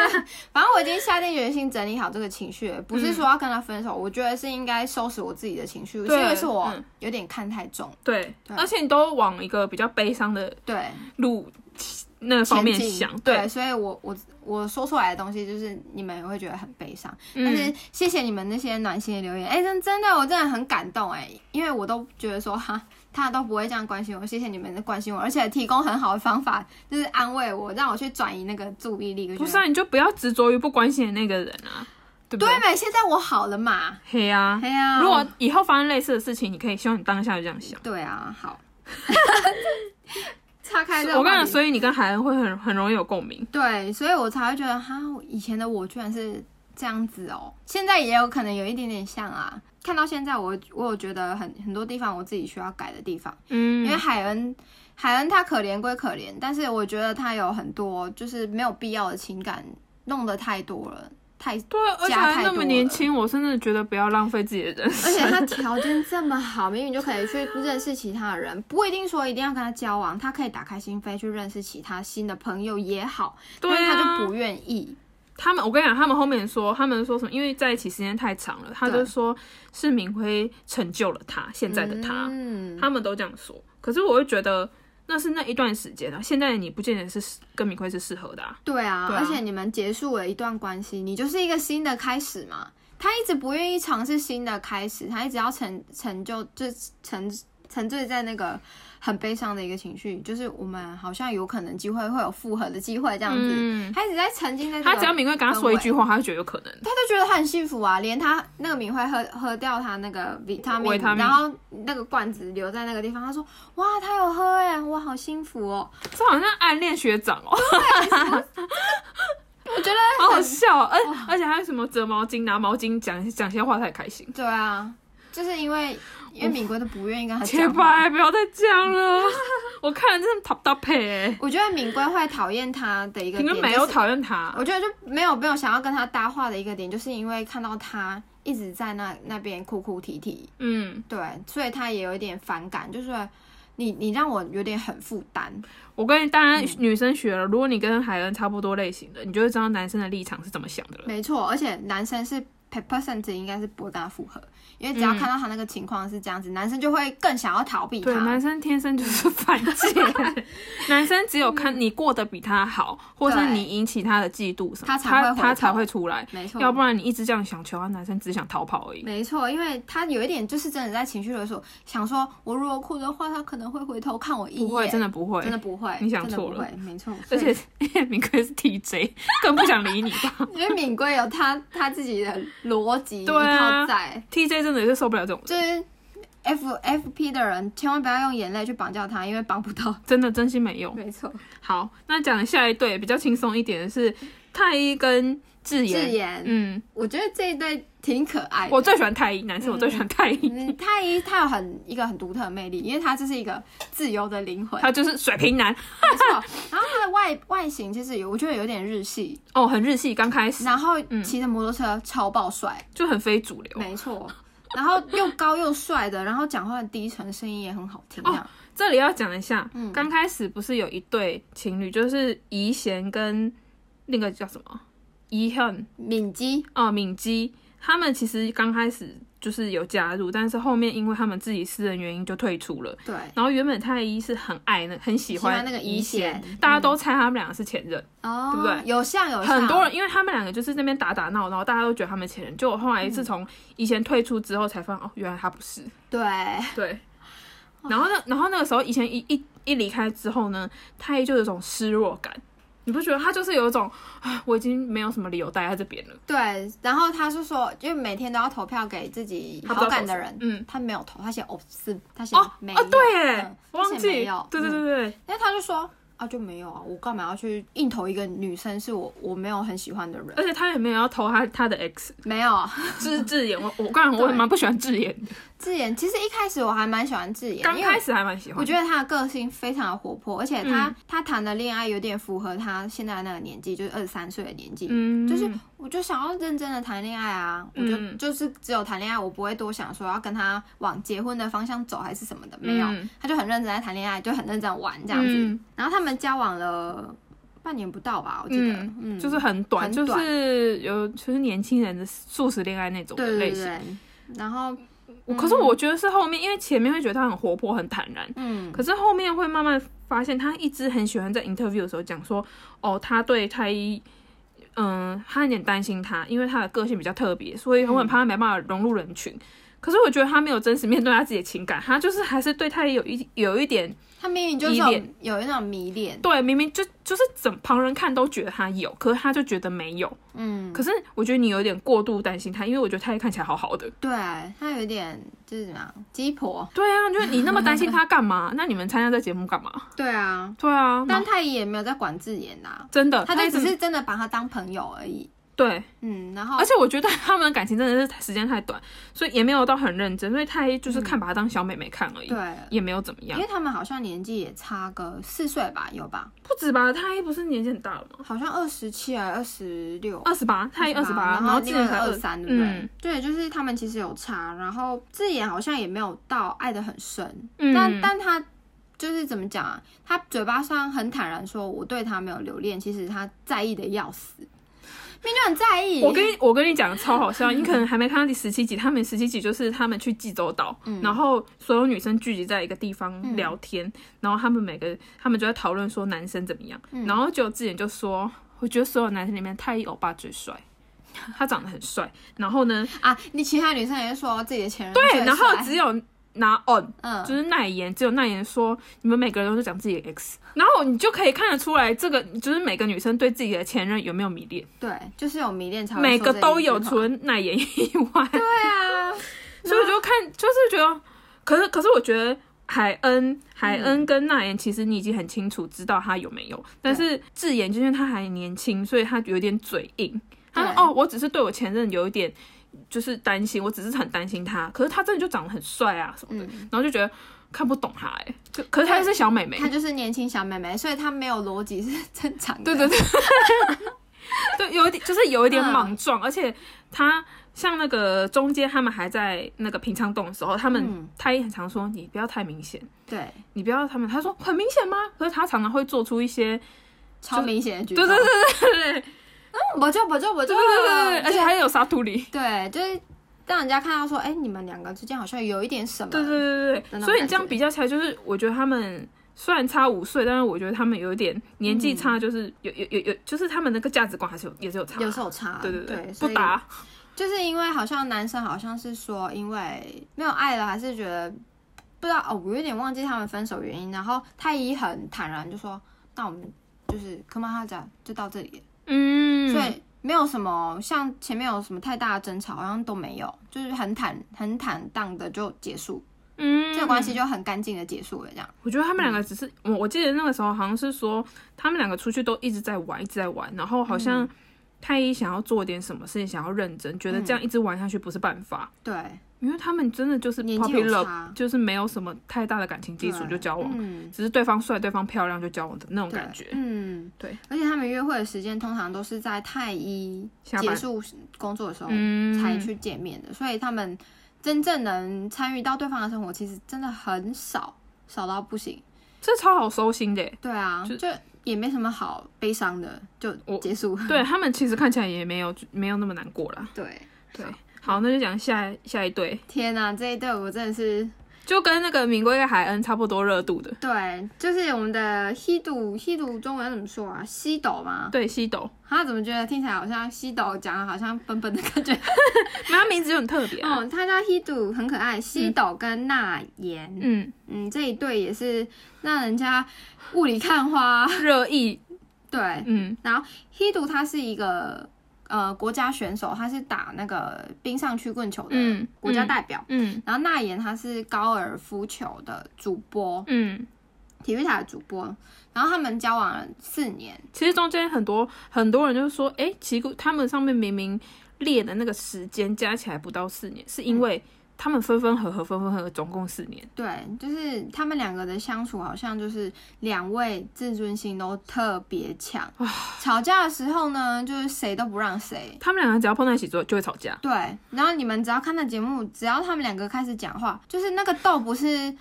A: 反正我已经下定决心整理好这个情绪了，不是说要跟他分手，我觉得是应该收拾我自己的情绪，是
B: 嗯对
A: 因为是我
B: 嗯
A: 有点看太重，
B: 对，
A: 对
B: 而且你都往一个比较悲伤的
A: 对，
B: 路那方面
A: 前进
B: 想，
A: 对，所以我我我说出来的东西就是你们也会觉得很悲伤，
B: 嗯
A: 但是谢谢你们那些暖心的留言，哎、真真的我真的很感动哎、因为我都觉得说哈，他都不会这样关心我，谢谢你们的关心我，而且提供很好的方法，就是安慰我，让我去转移那个注意力。我觉
B: 不
A: 得
B: 是啊，你就不要执着于不关心的那个人啊，对不
A: 对没？现在我好了嘛？
B: 嘿呀、
A: 哎呀、
B: 如果以后发生类似的事情，你可以希望你当下就这样想。
A: 对啊，好， 岔开这个
B: 我跟你
A: 话
B: 讲，
A: 题
B: 所以你跟海恩会很很容易有共鸣。
A: 对，所以我才会觉得哈，以前的我居然是这样子哦，现在也有可能有一点点像啊。看到现在我，我有觉得很很多地方我自己需要改的地方，
B: 嗯
A: 因为海恩，海恩他可怜归可怜，但是我觉得他有很多就是没有必要的情感弄得太多了，太
B: 对，啊而且
A: 加
B: 还
A: 太
B: 那
A: 多
B: 么
A: 了
B: 年轻，我真的觉得不要浪费自己的 人
A: 而且
B: 生。
A: 他条件这么好，明明就可以去认识其他人，不一定说一定要跟他交往，他可以打开心扉去认识其他新的朋友也好，
B: 对
A: 但是他就
B: 啊
A: 不，愿意。
B: 他们我跟你讲，他们后面说，他们说什么？因为在一起时间太长了，他
A: 对
B: 就说是明辉成就了他现在的他，
A: 嗯，
B: 他们都这样说。可是我会觉得那是那一段时间啊，现在你不见得是跟明辉是适合的啊。
A: 对啊，
B: 对啊
A: 而且你们结束了一段关系，你就是一个新的开始嘛。他一直不愿意尝试新的开始，他一直要成成就，就沉沉醉在那个很悲伤的一个情绪，就是我们好像有可能机会会有复合的机会这样子。
B: 嗯
A: 他一直在沉浸在、这个
B: 他只要明辉跟他说一句话，他就觉得有可能。
A: 他就觉得他很幸福啊，连他那个敏慧喝喝掉他那个维他命，
B: 维他命
A: 然后那个罐子留在那个地方，他说哇，他有喝哎、我好幸福哦。
B: 这好像暗恋学长哦，
A: 啊我觉得
B: 好好笑、哦，而而且还有什么折毛巾、拿毛巾讲讲些话，他也开心。
A: 对啊，就是因为因为敏圭都不愿意跟他
B: 切
A: 讲话，
B: 白，不要再讲了， 我看了真的top top 配、
A: 我觉得敏圭会讨厌他的一个
B: 欸，你
A: 点
B: 们没有
A: 就是
B: 讨厌他，
A: 我觉得就没有没有想要跟他搭话的一个点，就是因为看到他一直在那那边哭哭啼啼，
B: 嗯，
A: 对，所以他也有一点反感，就是你你让我有点很负担，
B: 我跟你当然女生学了，如果你跟海恩差不多类型的，你就会知道男生的立场是怎么想的了。
A: 没错，而且男生是 person 值应该是博大复合，因为只要看到他那个情况是这样子，男生就会更想要逃避
B: 嗯对，
A: 他
B: 男。生天生就是 犯贱，男生只有看你过得比他好，或是
A: 对
B: 你引起他的嫉妒什么，
A: 他
B: 他
A: 才会回
B: 他才
A: 头
B: 会出来，
A: 没错，
B: 要不然你一直这样想求啊，男生只想逃跑而已。
A: 没错，因为他有一点就是真的在情绪勒索，想说我如果哭的话，他可能会回头看我一眼。
B: 不会，真的不会，
A: 真的不会，
B: 你想
A: 真的
B: 错
A: 不
B: 了
A: 会没错。
B: 而
A: 所以
B: 且 明哥是 TJ，更不想理你吧
A: 因为敏圭有他他自己的逻辑一
B: 对啊
A: 套在，
B: ？TJ 真的是受不了这种人，
A: 就是 F F P 的人千万不要用眼泪去绑架他，因为绑不 到。
B: 真的真心没用。
A: 没错，
B: 好，那讲下一对比较轻松一点的是太一跟智妍。
A: 智妍，
B: 嗯，
A: 我觉得这一对挺可爱的。
B: 我最喜欢太一，男生我最喜欢太一，
A: 嗯，太一 他有很一个很独特的魅力，因为他就是一个自由的灵 魂，
B: 他就是水瓶男
A: 没错。然后他的外外形其实有，我觉得有点日系，
B: 哦，很日系，刚开始
A: 然后骑着摩托车超爆帅，
B: 就很非主流。
A: 没错。然后又高又帅的，然后讲话低沉，声音也很好
B: 哦
A: 听、啊。
B: 这里要讲一下，
A: 嗯
B: 刚开始不是有一对情侣，就是怡贤跟那个叫什么怡恨
A: 敏基，
B: 哦敏基，他们其实刚开始就是有加入，但是后面因为他们自己私人原因就退出了。
A: 对，
B: 然后原本太一是很爱那很喜
A: 喜
B: 欢
A: 欢那个
B: 怡
A: 怡贤嗯
B: 大家都猜他们两个是前任，
A: 哦，
B: 对不对
A: 有像有像
B: 很多人因为他们两个就是那边打打闹闹，大家都觉得他们前任，就我后来自从怡贤退出之后才发现哦，原来他不 是。
A: 对，
B: 对，
A: 哦
B: 然后呢，然后那个时候以前一一一离开之后呢，太一就有一种失落感，你不觉得他就是有一种 啊，我已经没有什么理由待在这边了，
A: 对，然后他是说，因为每天都要投票给自己
B: 他不知
A: 好
B: 道
A: 感的
B: 投谁
A: 人，
B: 嗯，
A: 他没有投，他写哦是，他写
B: 哦
A: 没有，
B: 哦，对耶，
A: 嗯
B: 我忘
A: 他写没
B: 记
A: 有，，
B: 对对
A: 嗯
B: 对对，
A: 因为他就说啊就没有啊，我干嘛要去硬投一个女生是我我没有很喜欢的人？
B: 而且他也没有要投他他的 X
A: 没有，啊
B: 智智妍，我我个人我也蛮不喜欢智妍的，
A: 智妍其实一开始我还蛮喜欢智妍，
B: 刚
A: 因为
B: 开始还蛮喜
A: 我
B: 欢，
A: 觉得她的个性非常的活泼，而且她、她谈的恋爱有点符合她现在那个年纪，就是二十三岁的年纪。
B: 嗯，
A: 就是我就想要认真的谈恋爱啊，我就、
B: 嗯
A: 就是只有谈恋爱，我不会多想说要跟他往结婚的方向走还是什么的，没有，
B: 嗯
A: 他就很认真在谈恋爱，就很认真玩这样子。
B: 嗯
A: 然后他们交往了半年不到吧，我记得，
B: 嗯
A: 嗯，
B: 就是很短，
A: 很
B: 就
A: 短
B: 是有就是年轻人的素食恋爱那种的
A: 对
B: 类
A: 对
B: 型。
A: 对。然后，
B: 我可是我觉得是后面，因为前面会觉得他很活泼、很坦然，
A: 嗯，
B: 可是后面会慢慢发现，他一直很喜欢在 interview 的时候讲说，哦，他对太一，嗯、他有点担心他，因为他的个性比较特别，所以我很怕他没办法融入人群。可是我觉得他没有真实面对他自己的情感，他就是还是对太一有一有一点
A: 他明明就是
B: 依
A: 有
B: 恋
A: 有一种迷恋，
B: 对，明明就就是怎旁人看都觉得他有，可是他就觉得没有。
A: 嗯，
B: 可是我觉得你有点过度担心他，因为我觉得太一看起来好好的。
A: 对他有一点就是怎么样，鸡婆，
B: 对啊，就是你那么 担心他干嘛？那你们参加这节目干嘛？
A: 对啊，
B: 对啊，
A: 但太医也没有在管自言呐、
B: 真的，
A: 他就
B: 一直
A: 只是真的把他当朋友而已，
B: 对，
A: 嗯，然后
B: 而且我觉得他们的感情真的是时间太短，所以也没有到很认真，所以太一就是看把她当小妹妹看而已，
A: 对，
B: 也没有怎么
A: 因
B: 样
A: 为。他们好像年纪也差个四岁吧，有吧？
B: 不止吧，太一不是年纪很大了吗？
A: 好像二十七还二十六。
B: 二十八，太哦一二十八，
A: 然
B: 然后
A: 后
B: 智
A: 另外
B: 妍
A: 一
B: 才
A: 个
B: 二
A: 二三，对不对？
B: 嗯
A: 对，就是他们其实有差，然后智妍好像也没有到爱的很深，
B: 嗯，
A: 但但他就是怎么讲啊？他嘴巴上很坦然说我对他没有留恋，其实他在意的要死，明明很在意。
B: 我跟你我跟你讲超好笑，你 可能还没看到第十七集，他们十七集就是他们去济州岛，
A: 嗯
B: 然后所有女生聚集在一个地方聊天，然后他们每个他们就在讨论说男生怎么样，
A: 嗯
B: 然后就之前就说，我觉得所有男生里面太一欧巴 最帅，他长得很帅，然后呢，
A: 啊，你其他女生也是说自己的前任
B: 对，
A: 最
B: 然后
A: 帅
B: 只有拿 on。
A: 嗯，
B: 就是奈妍，只有奈妍说你们每个人都是讲自己的 X，然后你就可以看得出来，这个就是每个女生对自己的前任有没有迷恋，
A: 对，就是有迷恋才会
B: 每
A: 说
B: 个
A: 这一
B: 都
A: 句
B: 有，
A: 话
B: 除了奈妍以外，
A: 对啊，
B: 所以我就看就是觉得，可是可是我觉得。海恩，海
A: 嗯
B: 恩跟奈妍，其实你已经很清楚知道他有没有，但是智妍就是他还年轻，所以他有点嘴硬。他说：“
A: 对
B: 哦，我只是对我前任有一点就是担心，我只是很担心他。可是他真的就长得很帅啊什么的，
A: 嗯
B: 然后就觉得看不懂他哎、欸就可是他是小美眉，
A: 她就是年轻小妹妹，所以她没有逻辑是正常的。
B: 对对对，对，有一点就是有一
A: 嗯
B: 点莽撞，而且他像那个中间他们还在那个平昌洞的时候，他们
A: 嗯
B: 他也很常说你不要太明显，
A: 对
B: 你不要他们他说很明显吗？可是他常常会做出一些
A: 超明显的举
B: 对
A: 动。
B: 对
A: 对嗯，我就我就我就，
B: 对对 对，而且
A: 对
B: 还有沙土里。
A: 对，就是让人家看到说，哎、你们两个之间好像有一点什么。
B: 对对对
A: 那种
B: 对对，所以你这
A: 感
B: 样
A: 觉
B: 比较起来，就是我觉得他们虽然差五岁，但是我觉得他们有一点年纪差，就是、有有有有，就是他们那个价值观还是有也是有差。
A: 有时候差，
B: 对
A: 对
B: 对对，
A: 所
B: 不
A: 以
B: 打
A: 就是因为好像男生好像是说，因为没有爱了，还是觉得不知道哦，我有点忘记他们分手原因。然后太医很坦然就说，那我们就是科曼哈讲就到这里，
B: 嗯，
A: 所以没有什么像前面有什么太大的争吵，好像都没有，就是很坦很坦荡的就结束，
B: 嗯，
A: 这个关系就很干净的结束了，这样。
B: 我觉得他们两个只是，我我记得那个时候好像是说，他们两个出去都一直在玩，一直在玩，然后好像太一想要做点什么事情，想要认真，觉得这样一直玩下去不是办法，
A: 对，
B: 因为他们真的就是
A: 年
B: p o
A: 纪
B: p u
A: 有
B: l
A: 差，
B: 就是没有什么太大的感情基础
A: 对
B: 就交往，
A: 嗯
B: 只是对方帅、对方漂亮就交往的那种
A: 对
B: 感觉。
A: 嗯，
B: 对。
A: 而且他们约会的时间通常都是在太医
B: 下班
A: 结束工作的时候
B: 嗯
A: 才去见面的，所以他们真正能参与到对方的生活，其实真的很少，少到不行。
B: 这超好收 心的耶。
A: 对啊，就
B: 就
A: 也没什么好悲伤的，就
B: 我
A: 结束。
B: 对他们其实看起来也没有没有那么难过 啦。
A: 对，
B: 对，好，那就讲下下一对，
A: 天哪、这一对我真的是
B: 就跟那个明贵跟海恩差不多热度的。
A: 对，就是我们的西斗，西斗中文要怎么说啊？西斗吗？
B: 对，西斗，
A: 他怎么觉得听起来好像西斗讲得好像笨笨的感觉？
B: 没有他名字就很特别、啊。
A: 哦，他叫西斗，很可爱。西斗跟那言，
B: 嗯，
A: 嗯，这一对也是让人家雾里看花。
B: 嗯热议，
A: 对，
B: 嗯
A: 然后 Hidu 他是一个呃国家选手，他是打那个冰上曲棍球的
B: 嗯
A: 国家代表。
B: 嗯
A: 然后那言他是高尔夫球的主播，
B: 嗯，
A: 体育台的主播。然后他们交往了四年，
B: 其实中间很多很多人就说，哎、奇怪，他们上面明明列的那个时间加起来不到四年，是因为他们分分合合，分分合合，总共四年。
A: 对，就是他们两个的相处好像就是两位自尊心都特别强，吵架的时候呢，就是谁都不让谁。
B: 他们两个只要碰在一起之后就会吵架。
A: 对，然后你们只要看到节目，只要他们两个开始讲话，就是那个斗不是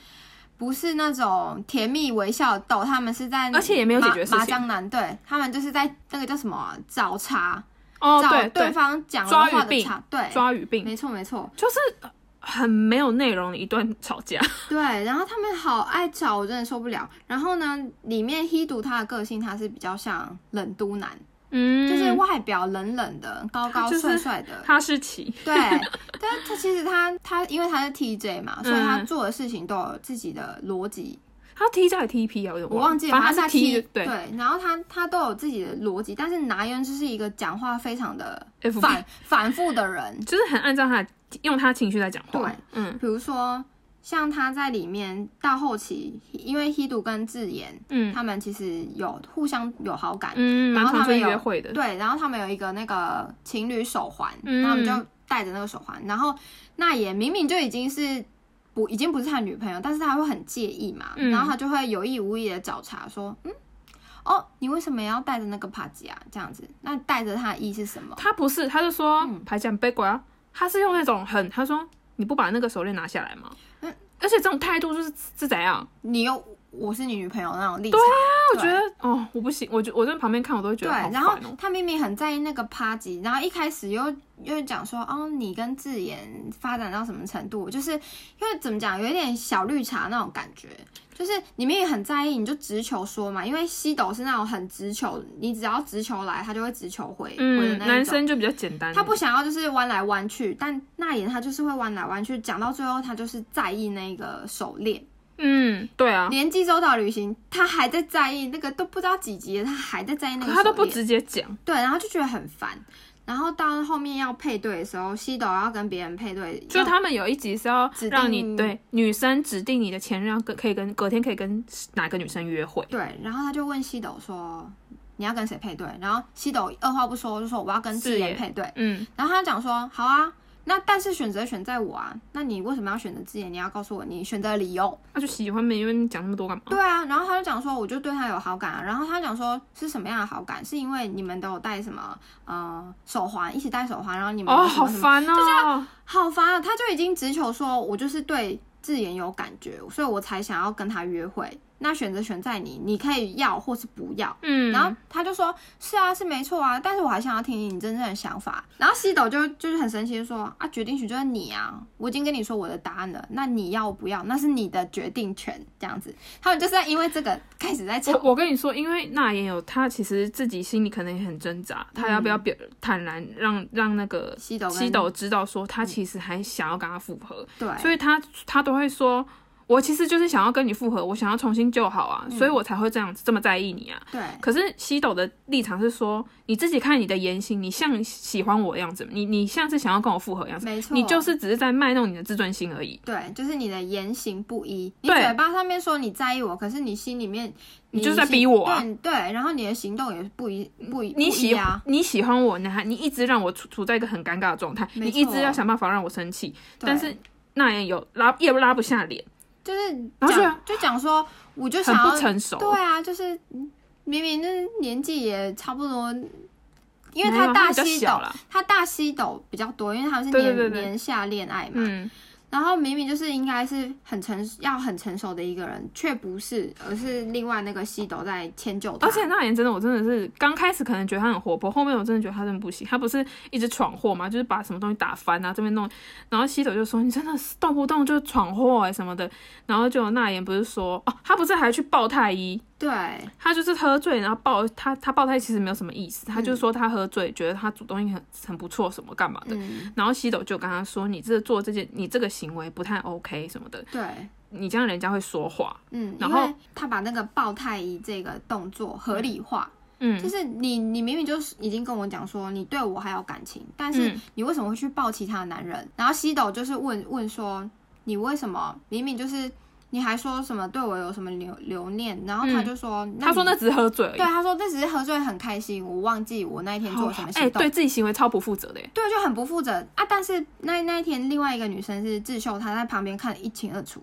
A: 不是那种甜蜜微笑的斗，他们是在
B: 而且也没有解决事
A: 麻
B: 情
A: 麻将男，对他们就是在那个叫什么啊找茬，
B: 哦，
A: 找
B: 对
A: 对
B: 对，
A: 方讲的
B: 抓
A: 话
B: 语
A: 的
B: 病
A: 茬，对，
B: 抓语病
A: 没错没错，
B: 就是很没有内容的一段吵架。
A: 对，然后他们好爱吵，我真的受不了。然后呢，里面 Hidu 他的个性他是比较像冷都男，
B: 嗯，
A: 就是外表冷冷的，高高
B: 就是
A: 帅帅的，
B: 哈士奇，
A: 对，但是他其实他他因为他是 TJ 嘛，所以
B: 嗯
A: 他做的事情都有自己的逻辑，
B: 他 T 加还 TP 啊，我有点
A: 我忘记了，
B: 反
A: 反
B: 正
A: 正他
B: 他
A: 嗯
B: 是 T 就对
A: 对，然后他他都有自己的逻辑，但是拿烟就是一个讲话非常的
B: FB
A: 反反复的人，
B: 就是很按照他的用他情绪来讲话。
A: 对，
B: 嗯
A: 比如说像他在里面到后期，因为 Hidu 跟智妍
B: 嗯
A: 他们其实有互相有好感，
B: 嗯，
A: 然
B: 蛮
A: 后
B: 常
A: 他
B: 出
A: 们
B: 去
A: 有
B: 约会的。
A: 对，然后他们有一个那个情侣手环，
B: 嗯
A: 然后他们就戴着那个手环，然后那也明明就已经是不已经不是他女朋友，但是他会很介意嘛，
B: 嗯
A: 然后他就会有意无意的找茬说，嗯，哦，你为什么要戴着那个帕吉啊？这样子，那戴着它的意义是什么？
B: 他不是，他就说
A: 哦嗯
B: 排讲背过啊，他是用那种很，他说你不把那个手链拿下来吗？
A: 嗯
B: 而且这种态度就是是怎样？
A: 你又我是你女朋友那种立场，
B: 那我
A: 对
B: 觉得哦，我不行，我就我在旁边看我都会觉
A: 对
B: 得好，
A: 然后
B: 烦哦。
A: 他明明很在意那个趴吉，然后一开始又又讲说，哦，你跟智妍发展到什么程度，就是因为怎么讲，有一点小绿茶那种感觉，就是你明明很在意，你就直球说嘛，因为西斗是那种很直球，你只要直球来，他就会直球回、回的
B: 嗯，
A: 那一
B: 男
A: 种。
B: 生就比较简单，
A: 他不想要就是弯来弯去，但那妍他就是会弯来弯去，讲到最后他就是在意那个手链。
B: 嗯，对啊，
A: 年纪周到旅行，他还在在意那个都不知道几集了，他还在在意那
B: 可
A: 个
B: 他都
A: 手
B: 不
A: 链
B: 直接讲，
A: 对，然后就觉得很烦。然后到后面要配对的时候，西斗要跟别人配对，
B: 就是他们有一集是要
A: 指定
B: 让你对女生指定你的前任要跟可以跟隔天可以跟哪个女生约会，
A: 对，然后他就问西斗说：“你要跟谁配对？”然后西斗二话不说就说：“我要跟智
B: 是
A: 妍
B: 耶
A: 配对。
B: 嗯”
A: 然后他讲说：“好啊，那但是选择选在我啊，那你为什么要选择智妍？你要告诉我你选择的理由。
B: 他就喜欢没，因为你讲那么多干嘛？
A: 对啊，然后他就讲说：“我就对他有好感啊。”然后他讲说：“是什么样的好感？是因为你们都有戴什么呃手环，一起戴手环，然后你们有
B: 哦，
A: 什么
B: 好
A: 什么
B: 烦哦，
A: 好烦啊！他就已经直球说，我就是对智妍有感觉，所以我才想要跟他约会。那选择权在你，你可以要或是不要。
B: 嗯，
A: 然后他就说：“是啊，是没错啊，但是我还想要听听你真正的想法。”然后西斗就就是很神奇的说：“啊，决定权就是你啊，我已经跟你说我的答案了，那你要不要？那是你的决定权。”这样子，他们就是在因为这个开始在吵。
B: 我我跟你说，因为那也有他其实自己心里可能也很挣扎，他要
A: 嗯
B: 不要表坦然让让那个
A: 西斗跟
B: 七斗知道说他其实还想要跟他复合，
A: 嗯对，
B: 所以他他都会说。我其实就是想要跟你复合，我想要重新就好啊，
A: 嗯
B: 所以我才会这样子这么在意你啊。
A: 对
B: 可是西斗的立场是说，你自己看你的言行，你像喜欢我的样子，你你像是想要跟我复合的样子，
A: 没错，
B: 你就是只是在卖弄你的自尊心而已，
A: 对，就是你的言行不一。你
B: 对
A: 嘴巴上面说你在意我，可是你心里面
B: 你就是在
A: 行
B: 逼我啊
A: 对对，然后你的行动也不一不一，
B: 你
A: 不一
B: 喜、
A: 啊，
B: 你喜欢我，你还你一直让我处处在一个很尴尬的状态，
A: 没
B: 你一
A: 错
B: 直要想办法让我生气，
A: 对
B: 但是那也有拉也拉不下脸，
A: 就是
B: 然后就
A: 讲就讲说，我就想
B: 很
A: 要
B: 不成熟。
A: 对啊，就是嗯明明就是年纪也差不多，因为
B: 没有
A: 他
B: 他
A: 大
B: 比较
A: 西
B: 小
A: 斗
B: 啦，
A: 他大西斗比较多，因为他们是
B: 对
A: 年
B: 对对对
A: 年下恋爱嘛。
B: 嗯，
A: 然后明明就是应该是很成要很成熟的一个人，却不是，而是另外那个西斗在迁就他。
B: 而且那妍真的，我真的是刚开始可能觉得他很活泼，后面我真的觉得他真的不行。他不是一直闯祸嘛，就是把什么东西打翻啊，这边弄。然后西斗就说：“你真的是动不动就闯祸哎、什么的。”然后就那妍不是说：“哦，他不是还去抱太医？
A: 对
B: 他就是喝醉，然后抱他，他抱太医其实没有什么意思，
A: 嗯
B: 他就说他喝醉，觉得他煮东西很很不错，什么干嘛的。
A: 嗯
B: 然后西斗就跟他说：“你这做这件，你这个行为不太 OK 什么的，
A: 对，
B: 你这样人家会说话。
A: 嗯，
B: 然
A: 因
B: 后
A: 为他把那个抱太医这个动作合理化，”
B: 嗯
A: 就，是你你明明就是已经跟我讲说你对我还有感情，但是
B: 嗯
A: 你为什么会去抱其他的男人？然后西斗就是问问说你为什么明明就是你还说什么对我有什么留留念？然后他
B: 嗯
A: 就说，那
B: 他说
A: 你
B: 那只是喝醉而已
A: 对。啊他说这只是喝醉很开心，我忘记我那一天做了什么行
B: 哎、
A: 动。
B: 对自己行为超不负责的耶。
A: 对，就很不负责啊！但是那那一天，另外一个女生是智秀，她在旁边看得一清二楚。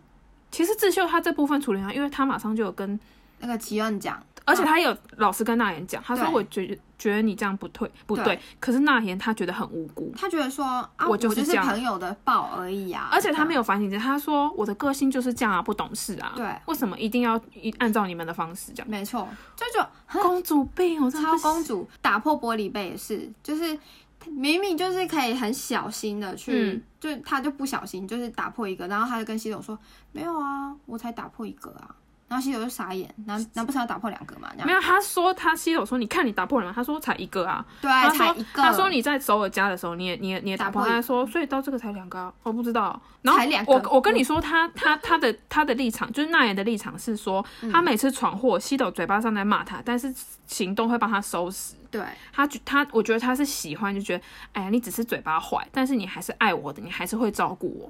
B: 其实智秀他这部分处理好，因为他马上就有
A: 嗯
B: 跟，
A: 那个奇恩讲，
B: 而且他也有老实跟那妍讲，他说
A: 对
B: 我觉得觉得你这样不对不对，
A: 对
B: 可是那妍他觉得很无辜，
A: 她觉得说啊，
B: 我
A: 就
B: 就是是这样
A: 朋友的抱而已啊，
B: 而且他没
A: 有
B: 有反省自己，他说我的个性就是这样啊，不懂事啊，
A: 对，
B: 为什么一定要一按照你们的方式这样？
A: 没错，就就
B: 公主病哦，真的
A: 啊超
B: 不行
A: 公主打破玻璃杯也是，就是明明就是可以很小心的去，
B: 嗯
A: 就她就不小心就是打破一个，然后她就跟西总说没有啊，我才打破一个啊，然后西总就傻眼，难难不成要打破两个嘛？这样
B: 没有，他说他西手说，你看你打破了吗？他说才一个啊，
A: 对，
B: 他
A: 才
B: 说
A: 一个，
B: 他说你在首尔家的时候，你也你也你也打破，
A: 打破一
B: 他说所以到这个才两个、啊，我不知道。然后
A: 才两个
B: 我我跟你说，他他他的他的立场就是那爷的立场是说，他每次闯祸，西斗嘴巴上在骂他，但是行动会帮他收拾。
A: 对
B: 他觉他我觉得他是喜欢，就觉得哎呀你只是嘴巴坏，但是你还是爱我的，你还是会照顾我。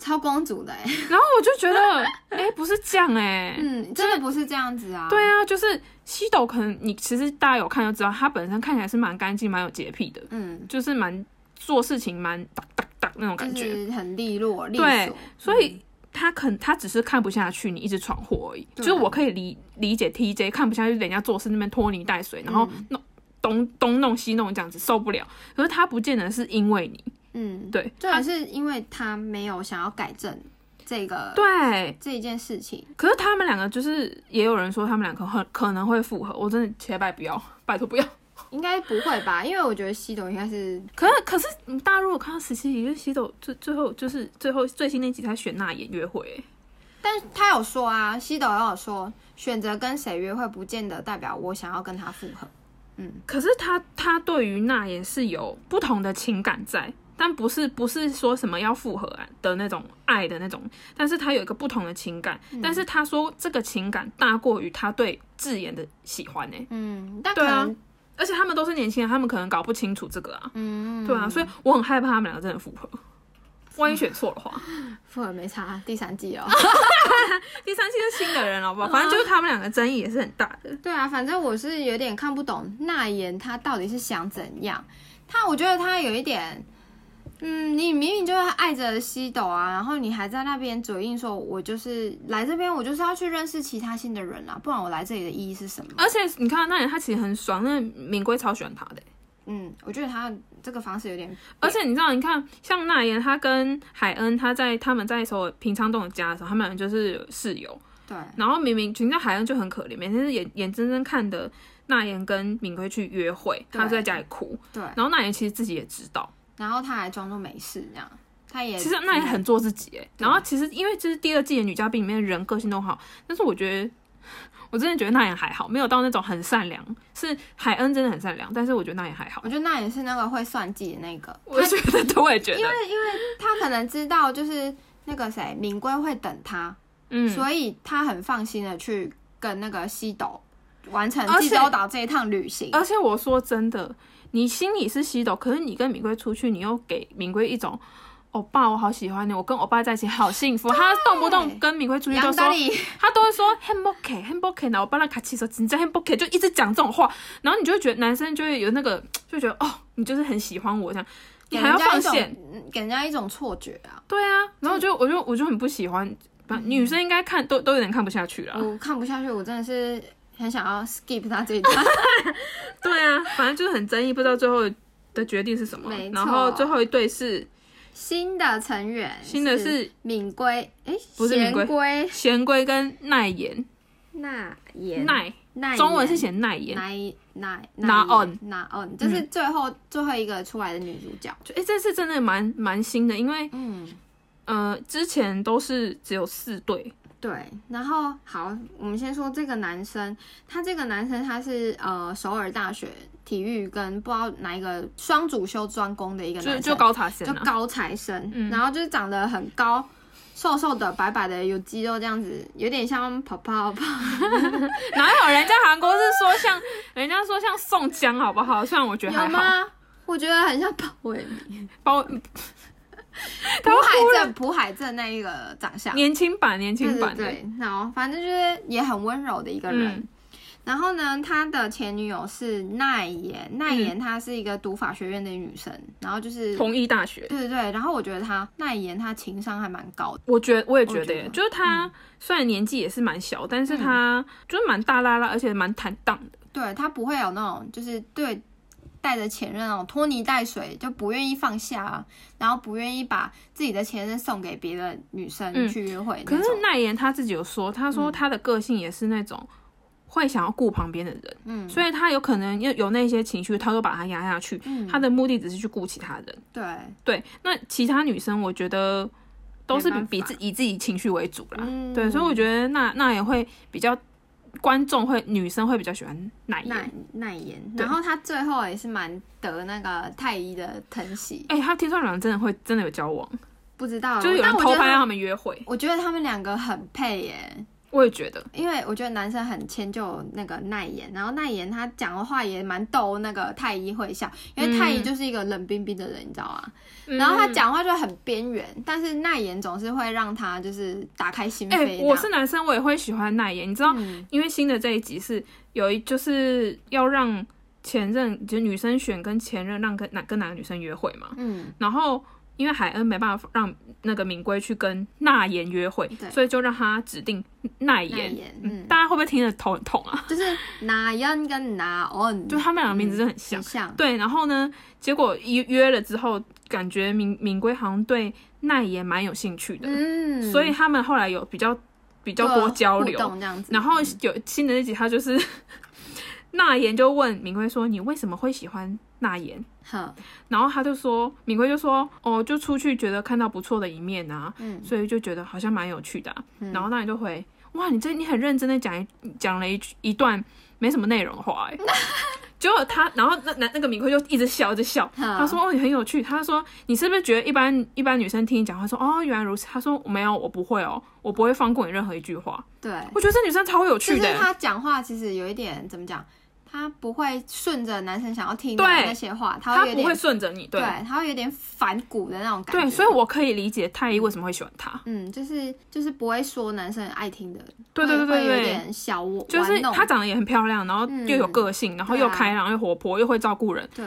A: 超公主的、欸。
B: 然后我就觉得哎、不是这样哎、
A: 嗯，真的不是这样子啊。
B: 对啊，就是西斗可能你其实大家有看就知道，他本身看起来是蛮干净、蛮有洁癖的，
A: 嗯，
B: 就是蛮做事情蛮哒哒哒那种感
A: 就
B: 觉，
A: 是很利落利
B: 对
A: 索。
B: 所以他肯他只是看不下去你一直闯祸而已。
A: 对
B: 就是我可以理理解 TJ 看不下去人家做事那边拖泥带水，然后弄东东弄西弄这样子受不了，可是他不见得是因为你，
A: 嗯，
B: 对
A: 重点是因为他没有想要改正这个
B: 对。
A: 这一件事情，
B: 可是他们两个就是也有人说他们两个很可能会复合，我真的千拜不要，拜托不要。
A: 应该不会吧？ 因为我觉得西斗应该是
B: 可是可是嗯大家如果看到十七集，就是西斗最最后就是最后最新那集他选那也约会、欸
A: 但他有说啊，西斗也有说，选择跟谁约会，不见得代表我想要跟他复合。
B: 可是他他对于那也是有不同的情感在，但不是不是说什么要复合啊的那种爱的那种，但是他有一个不同的情感，但是他说这个情感大过于他对智妍的喜欢呢、
A: 嗯，但可
B: 对啊
A: 能、
B: 而且他们都是年轻人，他们可能搞不清楚这个啊，
A: 嗯，
B: 对啊，所以我很害怕他们两个真的复合，万一选错的话，
A: 复合没差，第三季哦。
B: 第三期是新的人，好不好？反正就是他们两个争议也是很大的，
A: 对啊，反正我是有点看不懂那言他到底是想怎样。他我觉得他有一点，嗯，你明明就是爱着西斗啊，然后你还在那边嘴硬说，我就是来这边，我就是要去认识其他新的人啊，不然我来这里的意义是什么？
B: 而且你看那人他其实很爽，那敏圭超喜欢他的欸、
A: 嗯，我觉得他这个方式有点，
B: 而且你知道，你看像那言他跟海恩，他在他们在首尔平昌洞的家的时候，他们俩就是室友。
A: 对，
B: 然后明明群在海岸就很可怜，每天是眼眼睁睁看的那言跟敏圭去约会，
A: 对
B: 他就在家里哭。
A: 对
B: 然后那言其实自己也知道，
A: 然后他还装作没事这样，他也
B: 其实那也很做自己哎、
A: 对
B: 然后其实因为就是第二季的女嘉宾里面人个性都好，但是我觉得。我真的觉得那也还好，没有到那种很善良。是海恩真的很善良，但是我觉得那也还好
A: 我。觉得那也是那个会算计的那个，
B: 我觉得，对我也觉
A: 因为
B: 得，
A: 因为他可能知道就是那个谁敏圭会等他，
B: 嗯，
A: 所以他很放心的去跟那个西斗完成
B: 而且
A: 济州岛这一趟旅行。
B: 而且我说真的，你心里是西斗，可是你跟敏圭出去，你又给敏圭一种，欧巴，我好喜欢你，我跟欧巴在一起好幸福。他动不动跟敏圭出去
A: 杨
B: 都说
A: 德，里，
B: 他都会说很 OK 很 OK，然后欧巴拉卡奇说真的很 OK，就一直讲这种话，然后你就会觉得男生就会有那个，就觉得哦，你就是很喜欢我这样，你
A: 给
B: 还要
A: 人家
B: 放
A: 一种
B: 线，
A: 嗯给人家一种错觉啊！
B: 对啊，然后我就我就我就很不喜欢，反正女生应该看都都有点看不下去了，
A: 我看不下去，我真的是很想要 skip 他这一段。
B: 对啊，反正就是很争议，不知道最后的决定是什么
A: 没，
B: 然后
A: 错
B: 最后一对是。
A: 新的成员，
B: 新的是
A: 敏圭，哎，
B: 不是敏
A: 贤
B: 圭
A: 圭
B: 贤圭跟奈妍，
A: 那言
B: 奈
A: 那
B: 中文是写奈妍，
A: 那那
B: 那 on
A: 那 on，就是最后最后一个出来的女主角。
B: 就哎、这次真的蛮蛮新的，因为
A: 嗯，
B: 呃之前都是只有四对，
A: 对，然后好，我们先说这个男生，他这个男生他是呃首尔大学体育跟不知道哪一个双主修专攻的一个男
B: 就
A: 生，
B: 就高塔森
A: 就
B: 啊，
A: 高材生，
B: 嗯
A: 然后就是长得很高。瘦瘦的、白白的，有肌肉这样子，有点像泡泡泡。
B: 哪有人家韩国是说像人家说像宋江好不好？虽然我觉得还
A: 有
B: 好，
A: 吗？我觉得很像鲍 伟明、
B: 包
A: 朴海镇、朴海镇那一个长相。
B: 年轻版 年
A: 对
B: 轻
A: 对
B: 版的，
A: 对，然后反正就是也很温柔的一个人。
B: 嗯
A: 然后呢，他的前女友是奈妍，奈妍她是一个读法学院的女生，然后就是
B: 同一大学。
A: 对对对，然后我觉得她奈妍她情商还蛮高的，
B: 我觉得我也觉
A: 我
B: 得
A: 觉得嗯
B: 耶，就是他虽然年纪也是蛮小，但是他就是蛮大拉拉，而且蛮坦荡的。
A: 对她不会有那种就是对带着前任那种拖泥带水，就不愿意放下啊，然后不愿意把自己的前任送给别的女生
B: 嗯
A: 去约会
B: 可
A: 那
B: 是
A: 种。
B: 奈妍她自己有说，她
A: 嗯
B: 说她的个性也是那种会想要顾旁边的人，
A: 嗯，
B: 所以她有可能有有那些情绪，她都把它压下去。
A: 嗯
B: 她的目的只是去顾其他人。
A: 对，
B: 对，那其他女生我觉得都是
A: 没办
B: 比
A: 法
B: 自以自己情绪为主啦。
A: 嗯
B: 对，所以我觉得那那也会比较观众会女生会比较喜欢奈
A: 奈
B: 妍。
A: 奈妍，
B: 对
A: 然后她最后也是蛮得那个太医的疼惜，
B: 哎、她听说两人真的会真的有交往，
A: 不知道，
B: 就是有
A: 但
B: 人
A: 哦我
B: 偷
A: 觉得
B: 拍啊让
A: 她
B: 他们约会。
A: 我觉得他们两个很配耶，
B: 我也觉得，
A: 因为我觉得男生很迁就那个奈妍，然后奈妍她讲的话也蛮逗那个太医会笑，因为太医就是一个冷冰冰的人，你知道吗？然后他
B: 嗯
A: 讲话就很边缘，但是奈妍总是会让他就是打开心
B: 哎、
A: 扉。
B: 我是男生，我也会喜欢奈妍。你知道，
A: 嗯
B: 因为新的这一集是有一就是要让前任，就是女生选跟前任让跟哪跟哪个女生约会嘛。
A: 嗯，
B: 然后因为海恩没办法让那个敏圭去跟娜妍约会
A: 嗯对，
B: 所以就让他指定奈
A: 奈
B: 妍。
A: 妍，
B: 嗯，
A: 嗯，
B: 大家会不会听得头很痛啊？
A: 就是拿恩跟拿哦 on
B: 就他们两个名字真的很像
A: 很。像，
B: 对，然后呢，结果约约了之后，感觉敏敏圭好像对奈妍蛮有兴趣的，
A: 嗯，
B: 所以他们后来有比较比较多交流
A: 啊互。动这样子，
B: 然后有新的那集，他就是 那言就问敏圭说：“你为什么会喜欢那言
A: 好，？”
B: 然后他就说，敏圭就说：“哦，就出去觉得看到不错的一面啊，
A: 嗯
B: 所以就觉得好像蛮有趣的啊、
A: 嗯
B: 然后那言就回：“哇，你这你很认真的讲一讲了一句一段没什么内容的话、欸。”结果他，然后那那那个敏圭就一直笑，一直笑。
A: 他
B: 他说：“哦，你很有趣。”他说：“你是不是觉得一般一般女生听你讲话说哦，原来如此？”他说：“没有，我不会哦，我不会放过你任何一句话。”
A: 对，
B: 我觉得这女生超有
A: 就
B: 趣
A: 是
B: 的欸、
A: 他讲话其实有一点怎么讲，他不会顺着男生想要听的
B: 对
A: 那些话，他
B: 她
A: 会有
B: 不会
A: 点
B: 顺着你，
A: 对
B: 对
A: 他会有点反骨的那种感觉。
B: 对，所以我可以理解太医为什么会喜欢她，
A: 嗯，就是就是不会说男生爱听的，
B: 对对
A: 会
B: 对对
A: 会有
B: 对。
A: 点小我
B: 就是
A: 玩弄
B: 她长得也很漂亮，然后
A: 嗯
B: 又有个性，然后又
A: 对啊
B: 开朗又活泼，又会照顾人，
A: 对，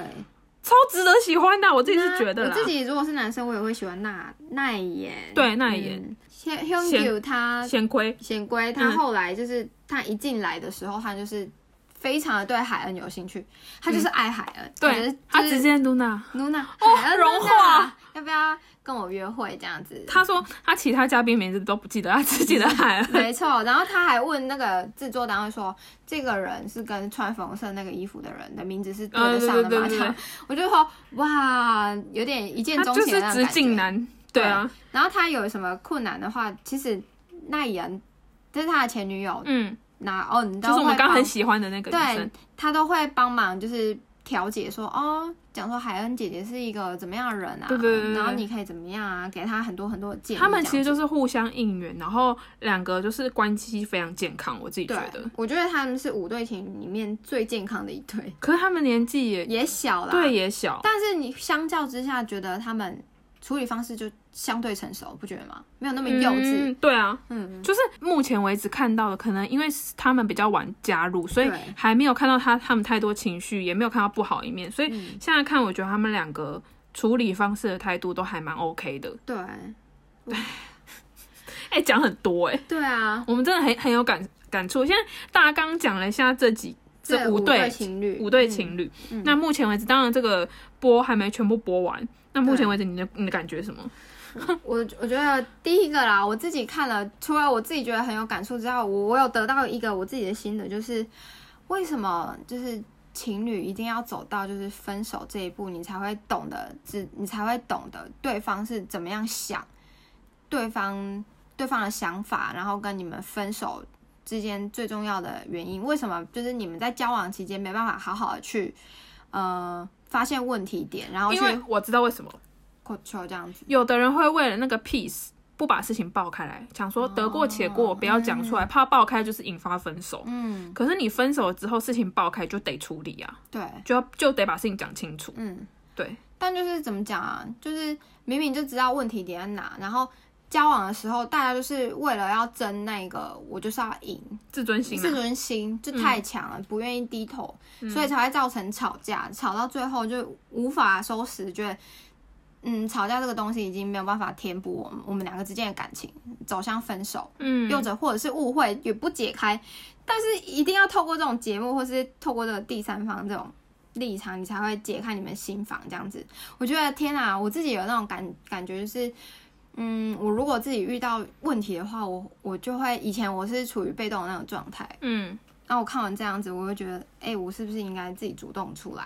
B: 超值得喜欢的。我自己是觉得
A: 啊我
B: 啦，
A: 自己如果是男生，我也会喜欢那那妍，
B: 对那妍
A: 嗯，现 h u n g 他
B: 贤亏
A: 显龟他
B: 嗯
A: 后来就是他一进来的时候，他就是非常的对海恩有兴趣，他就是爱海恩，
B: 嗯对，他
A: 他
B: 直
A: 只是
B: 接露娜。
A: 露娜
B: 哦
A: 海恩
B: 融
A: Luna，啊
B: 化
A: 要不要跟我约会这样 子？
B: 他说他其他嘉宾名字都不记得，他只记得海 恩。
A: 没错，然后他还问那个制作单位说，这个人是跟穿粉红色那个衣服的人的名字是对得上的吗？
B: 呃对对对对
A: 这样 我就说哇，有点一见
B: 他
A: 钟
B: 就
A: 情的
B: 是
A: 那种
B: 直
A: 感
B: 进
A: 觉。
B: 男，对啊，
A: 然后他有什么困难的话，其实那人这是他的前女友，
B: 嗯，
A: 那哦，你
B: 就是
A: 都
B: 我
A: 会
B: 们刚
A: 帮
B: 很喜欢的那个女
A: 对
B: 生，
A: 他都会帮忙，就是调解说哦，讲说海恩姐姐是一个怎么样的人啊，
B: 对对对对对
A: 然后你可以怎么样啊，给他很多很多的建议。
B: 他们其实
A: 这样子
B: 就是互相应援，然后两个就是关系非常健康，我自己觉
A: 对
B: 得。，
A: 我觉得他们是五对情里面最健康的一对，
B: 可是他们年纪也
A: 也小啦。
B: 对，也小，
A: 但是你相较之下，觉得他们处理方式就相对成熟，不觉得吗？没有那么幼稚。
B: 嗯，对啊，
A: 嗯，
B: 就是目前为止看到的，可能因为他们比较晚加入，所以
A: 对
B: 还没有看到他他们太多情绪，也没有看到不好一面，所以
A: 嗯
B: 现在看，我觉得他们两个处理方式的态度都还蛮 OK 的。
A: 对，
B: 哎、讲很多哎、
A: 对啊，
B: 我们真的很很有感感触。现在大家刚讲了一下这几这
A: 五
B: 五对
A: 情侣，
B: 五对情侣，
A: 嗯
B: 那目前为止，当然这个播还没全部播完。那目前为止，你的你的感觉是什么？
A: 我我觉得第一个啦，我自己看了，除了我自己觉得很有感触之外，我我有得到一个我自己的心得，就是为什么就是情侣一定要走到就是分手这一步，你才会懂得自，你才会懂得对方是怎么样想，对方对方的想法，然后跟你们分手之间最重要的原因，为什么就是你们在交往期间没办法好好的去，呃，发现问题点，然后去
B: 因为我知道为什么，
A: 求这样子。
B: 有的人会为了那个 peace 不把事情爆开来，想说得过且过，不要讲出来，怕爆开就是引发分手。
A: 哦嗯，
B: 可是你分手之后，事情爆开就得处理啊，
A: 对，
B: 就要就得把事情讲清楚。
A: 嗯，
B: 对。
A: 但就是怎么讲啊？就是明明就知道问题点在哪，然后交往的时候，大家就是为了要争那个，我就是要赢，
B: 自尊心、
A: 自
B: 啊，嗯
A: 尊心就太强了，不愿意低头，所以才会造成吵架，吵到最后就无法收拾，觉得。嗯，吵架这个东西已经没有办法填补我们我们两个之间的感情，走向分手。
B: 嗯，
A: 又者或者是误会也不解开，但是一定要透过这种节目，或是透过这个第三方这种立场，你才会解开你们心房这样子。我觉得天啊，我自己有那种感感觉，就是，嗯，我如果自己遇到问题的话，我我就会以前我是处于被动的那种状态，
B: 嗯，
A: 那我看完这样子，我会觉得，哎、我是不是应该自己主动出来，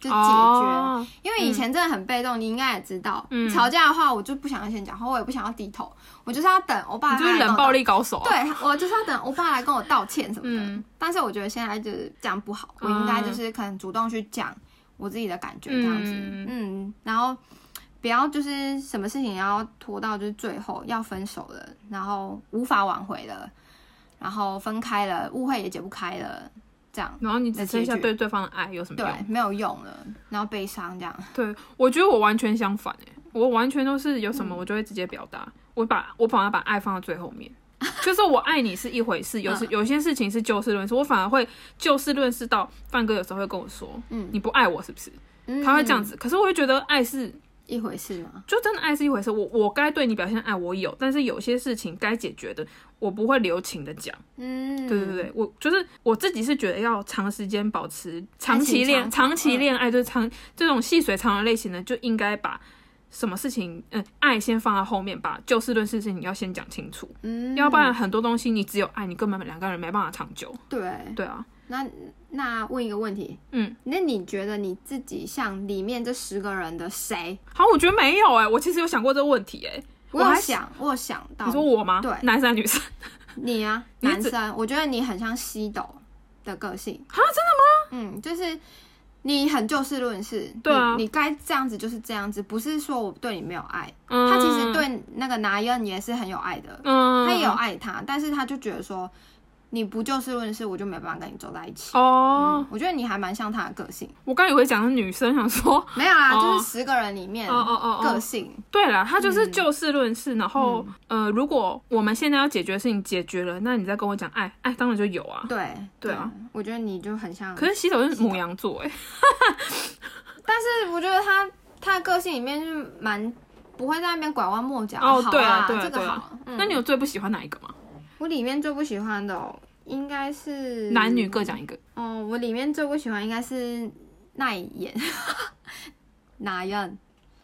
A: 就解决？
B: 哦
A: 因为以前真的很被动，你应该也知道，
B: 嗯
A: 吵架的话，我就不想要先讲话，我也不想要低头，我就是要等我爸
B: 你
A: 来跟我
B: 就是
A: 道歉。
B: 冷暴力高手、啊。
A: 对我就是要等欧巴来跟我道歉什么的。
B: 嗯啊
A: 但是我觉得现在就是这样不好，我应该就是可能主动去讲我自己的感觉这样子，
B: 嗯
A: 嗯然后不要就是什么事情要拖到就是最后要分手了，然后无法挽回了，然后分开了，误会也解不开了，这样
B: 然后你只剩下
A: 那结局
B: 对对方的爱有什么
A: 对
B: 用？
A: 没有用了，然后悲伤这样，
B: 对我觉得我完全相反哎、我完全都是有什
A: 嗯
B: 么我就会直接表达，我把我反而把爱放到最后面。 就是我爱你是一回事，有
A: 嗯
B: 时有些事情是就事论事，我反而会就事论事到范哥有时候会跟我说，
A: 嗯
B: 你不爱我是不是？
A: 嗯
B: 他会这样子，可是我会觉得爱是
A: 一回事嘛，
B: 就真的爱是一回事，我我该对你表现爱我有，但是有些事情该解决的，我不会留情的讲。
A: 嗯，
B: 对对对，我就是我自己是觉得要长时间保持长期恋
A: 爱情长嗯跑
B: 长期恋爱，就是长这种细水长流类型的，就应该把什么事情，嗯，爱先放在后面，把就事论事情你要先讲清楚，
A: 嗯，
B: 要不然很多东西你只有爱，你根本两个人没办法长久。
A: 对。
B: 对啊，
A: 那那问一个问题，
B: 嗯，
A: 那你觉得你自己像里面这十个人的谁？
B: 好，我觉得没有哎、我其实有想过这个问题哎、
A: 我有
B: 还
A: 想，我有想到
B: 你说我吗？
A: 对
B: 男生还是女生？
A: 你啊，
B: 你
A: 男
B: 只
A: 生，我觉得你很像西斗的个性啊，真的吗？嗯，就是你很就事论事，
B: 对啊
A: 你你该这样子就是这样子，不是说我对你没有爱，
B: 嗯，
A: 他其实，对那个拿恩也是很有爱的，
B: 嗯，
A: 他也有爱他，但是他就觉得说你不就事论事，我就没办法跟你走在一起。
B: 哦，
A: 嗯，我觉得你还蛮像他的个性，
B: 我刚以为讲是女生，想说
A: 没有啊，
B: 哦
A: 就是十个人里面
B: 哦哦哦哦
A: 嗯个性，
B: 对啦，他
A: 嗯
B: 就是就事论事，然后、呃，如果我们现在要解决的事情解决了，那你再跟我讲爱，爱当然就有啊。
A: 哦对
B: 对啊，
A: 我觉得你就很像。
B: 可是洗手是母羊座哎、
A: 但是我觉得他他的个性里面是蛮不会在那边拐弯抹角。
B: 哦
A: 好
B: 对啊
A: 啊，
B: 对啊
A: 这
B: 对
A: 个
B: 啊
A: 好。嗯
B: 那你有最不喜欢哪一个吗？
A: 我里面最不喜欢的哦、应该是
B: 男女各讲一个。
A: 哦，我里面最不喜欢应该是奈妍， 哪样？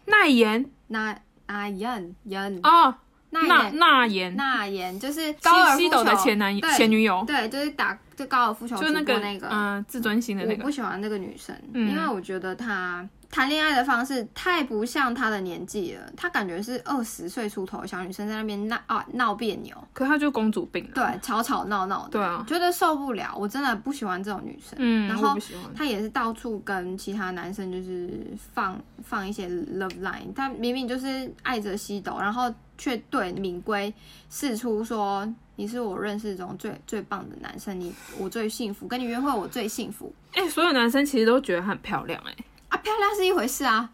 B: 奈妍
A: 哪哪样？人
B: 哦，
A: 奈
B: 那
A: 妍
B: 那妍，
A: 那妍就是高尔
B: 西
A: 夫
B: 西斗的
A: 球
B: 前男
A: 对
B: 前女友，
A: 对，就是打就高尔夫球
B: 就
A: 直
B: 那
A: 播
B: 个
A: 那个，
B: 嗯自尊心的那
A: 我
B: 个
A: 不喜欢那个女生，
B: 嗯
A: 因为我觉得她谈恋爱的方式太不像她的年纪了，她感觉是二十岁出头的小女生在那边闹啊闹别扭，
B: 可她就公主病了。
A: 对，吵吵闹闹的，
B: 啊对啊，
A: 觉得受不了，我真的不喜欢这种女生。
B: 嗯，
A: 然
B: 我
A: 后
B: 不喜欢。
A: 她也是到处跟其他男生就是放放一些 love line，她明明就是爱着西斗，然后却对敏圭示出说你是我认识中最最棒的男生，你我最幸福，跟你约会我最幸福
B: 哎、所有男生其实都觉得她很漂亮、哎，
A: 啊，漂亮是一回事啊，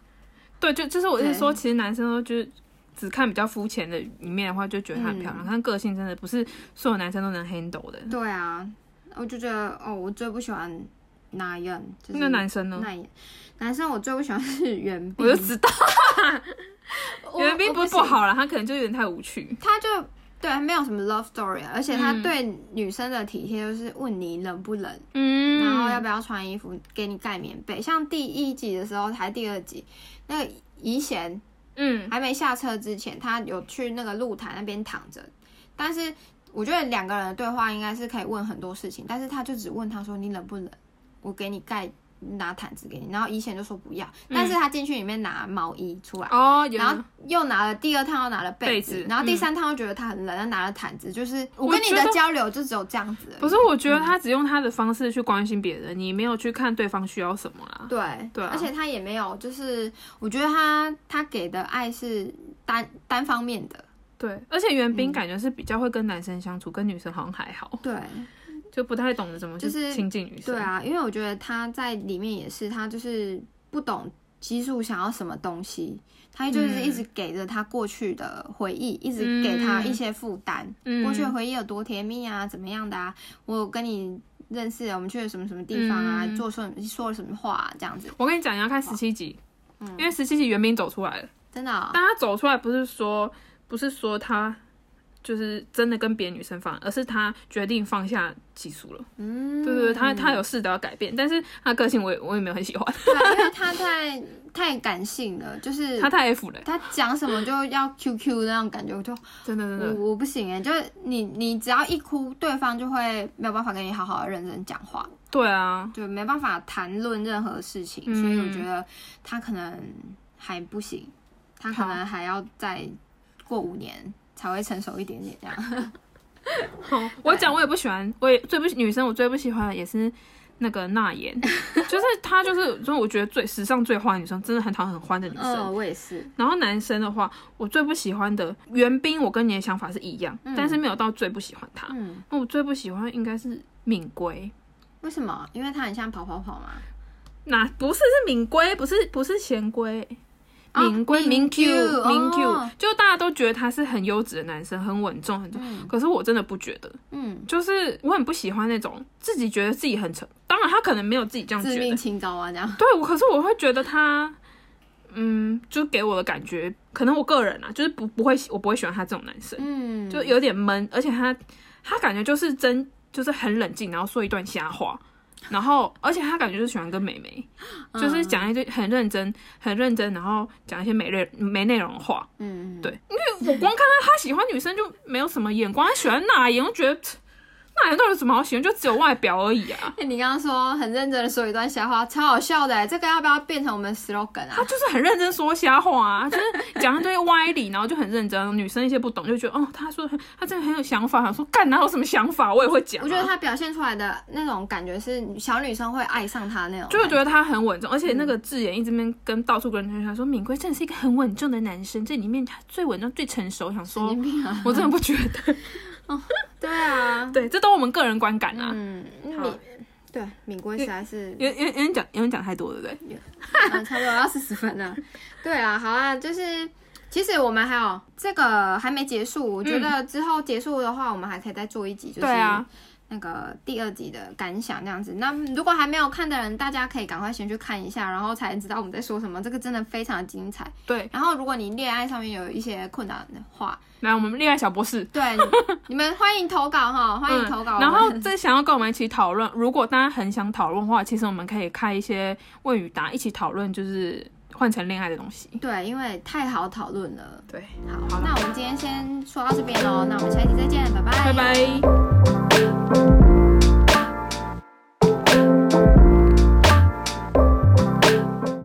B: 对，就就是我是
A: 对
B: 说，其实男生都就是只看比较肤浅的一面的话，就觉得她很漂
A: 嗯
B: 亮，但个性真的不是所有男生都能 handle 的。
A: 对啊，我就觉得哦，我最不喜欢哪一样，就是
B: 那男生呢？
A: 那一男生我最不喜欢是袁
B: 我
A: 彬，
B: 就知道，
A: 我
B: 袁彬不
A: 我
B: 是不
A: 行，
B: 好了，他可能就有点太无趣。
A: 他就对没有什么 love story，啊而且他
B: 嗯
A: 对女生的体贴就是问你冷不冷，
B: 嗯
A: 然后要不要穿衣服，给你盖棉被。像第一集的时候，还第二集，那个怡贤
B: 嗯，
A: 还没下车之前，他有去那个露台那边躺着，但是我觉得两个人的对话应该是可以问很多事情，但是他就只问他说你冷不冷，我给你盖拿毯子给你，然后以前就说不要，但是他进去里面拿毛衣出来。
B: 嗯哦，有
A: 然后又拿了第二趟，又拿了被子，
B: 被子
A: 然后第
B: 嗯
A: 三趟又觉得他很冷，又拿了毯子，就是我
B: 我
A: 跟你
B: 觉
A: 的
B: 得
A: 交流就只有这样子而已。
B: 不是，我觉
A: 嗯
B: 得他只用他的方式去关心别人，你没有去看对方需要什么啦。
A: 对
B: 对啊
A: 而且他也没有，就是我觉得他他给的爱是单单方面的，
B: 对，而且袁
A: 嗯
B: 彬感觉是比较会跟男生相处，跟女生好像还好，
A: 对，
B: 就不太懂得怎么去
A: 就是
B: 亲近女生。
A: 对，啊，因为我觉得他在里面也是，他就是不懂激素想要什么东西，他就是
B: 嗯
A: 一直给着他过去的回忆，一直给他一些负担。
B: 嗯，
A: 过去的回忆有多甜蜜啊，怎么样的啊？我跟你认识啊，我们去了什么什么地方啊，
B: 嗯
A: 做什么说了什么话、啊，这样子，
B: 我跟你讲，你要看十七集，
A: 嗯
B: 因为十七集袁彬走出来了，
A: 真的哦、
B: 但他走出来不是说不是说他就是真的跟别的女生放，而是他决定放下激素了。
A: 嗯，
B: 对对对，他他有试着要改变，但是他个性我也我也没有很喜欢，
A: 对啊，因为他太太感性了，就是
B: 他。太 F 了，
A: 他讲什么就要 QQ 的那种感觉，我就
B: 真的真
A: 我
B: 的。
A: 我不行哎、就是你你只要一哭，对方就会没有办法跟你好好的认真讲话，
B: 对啊，
A: 就没办法谈论任何事情，
B: 嗯
A: 所以我觉得他可能还不行，他可
B: 好
A: 能还要再过五年才会成熟一点点这 样。
B: 好，我讲我也不喜欢，我也最不女生我最不喜欢的也是那个 娜妍，就是她就是就是我觉得最时尚最花的女生，真的很讨厌很欢的女生。
A: 嗯，我也是，
B: 然后男生的话，我最不喜欢的袁彬，我跟你的想法是一样，但是没有到最不喜欢他。
A: 嗯，
B: 那我最不喜欢应该是敏圭，
A: 为什么？因为他很像跑跑跑嘛，
B: 那不是是敏圭，不是不是贤圭。
A: 哦
B: 敏圭、
A: 敏
B: 敏 Q、
A: Q，
B: 敏 Q，
A: 哦
B: 就大家都觉得他是很优质的男生，很稳重，很重。
A: 嗯
B: 可是我真的不觉得，
A: 嗯，
B: 就是我很不喜欢那种自己觉得自己很成，当然他可能没有自己这样
A: 致
B: 觉
A: 命
B: 得，
A: 清高啊这样。
B: 对我，可是我会觉得他，嗯，就给我的感觉，可能我个人啊，就是不不会，我不会喜欢他这种男生，
A: 嗯，
B: 就有点闷，而且他他感觉就是真就是很冷静，然后说一段瞎话，然后而且他感觉就是喜欢跟美眉，
A: 嗯
B: 就是讲一堆很认真、很认真，然后讲一些没内没内容的话。
A: 嗯，嗯，
B: 对我光看他他喜欢女生就没有什么眼光，他喜欢哪眼，我觉得那人到底有什么好喜欢，就只有外表而已啊。
A: 那哎你刚刚说很认真的说一段瞎话，超好笑的欸，这个要不要变成我们 slogan 啊
B: 他？就是很认真说瞎话啊，就是讲一堆歪理，然后就很认真。女生一些不懂就觉得，哦，他说他真的很有想法，想说干哪有什么想法，我也会讲啊、
A: 我觉得他表现出来的那种感觉是小女生会爱上他那种感，
B: 就会觉得他很稳重，而
A: 嗯
B: 且那个智妍一直边跟到处跟人家说，敏圭真的是一个很稳重的男生，这里面他最稳重、最成熟。我想
A: 神
B: 说
A: 经，病啊。
B: 我真的不觉得，
A: 对啊，
B: 对，这都我们个人观感啊。
A: 嗯，
B: 好
A: 敏对敏圭实在是
B: 有有有人讲，有人讲太多，对不对？
A: 啊，差不多要四十分 了。对啊，好啊，就是其实我们还有这个还没结束，我觉得之后结束的话，我们还可以再做一集，就是
B: 嗯对啊，
A: 那个第二集的感想这样子。那如果还没有看的人，大家可以赶快先去看一下，然后才知道我们在说什么。这个真的非常的精彩。
B: 对，
A: 然后如果你恋爱上面有一些困难的话，
B: 来我们恋爱小博士。
A: 对，你们欢迎投稿哈，欢迎投稿。
B: 嗯然
A: 我
B: 后
A: 们
B: 这想要跟我们一起讨论，如果大家很想讨论的话，其实我们可以开一些问与答，一起讨论，就是换成恋爱的东西。
A: 对，因为太好讨论了。
B: 对，
A: 好，那我们今天先说到这边喽，那我们下一期再见，拜拜，
B: 拜拜。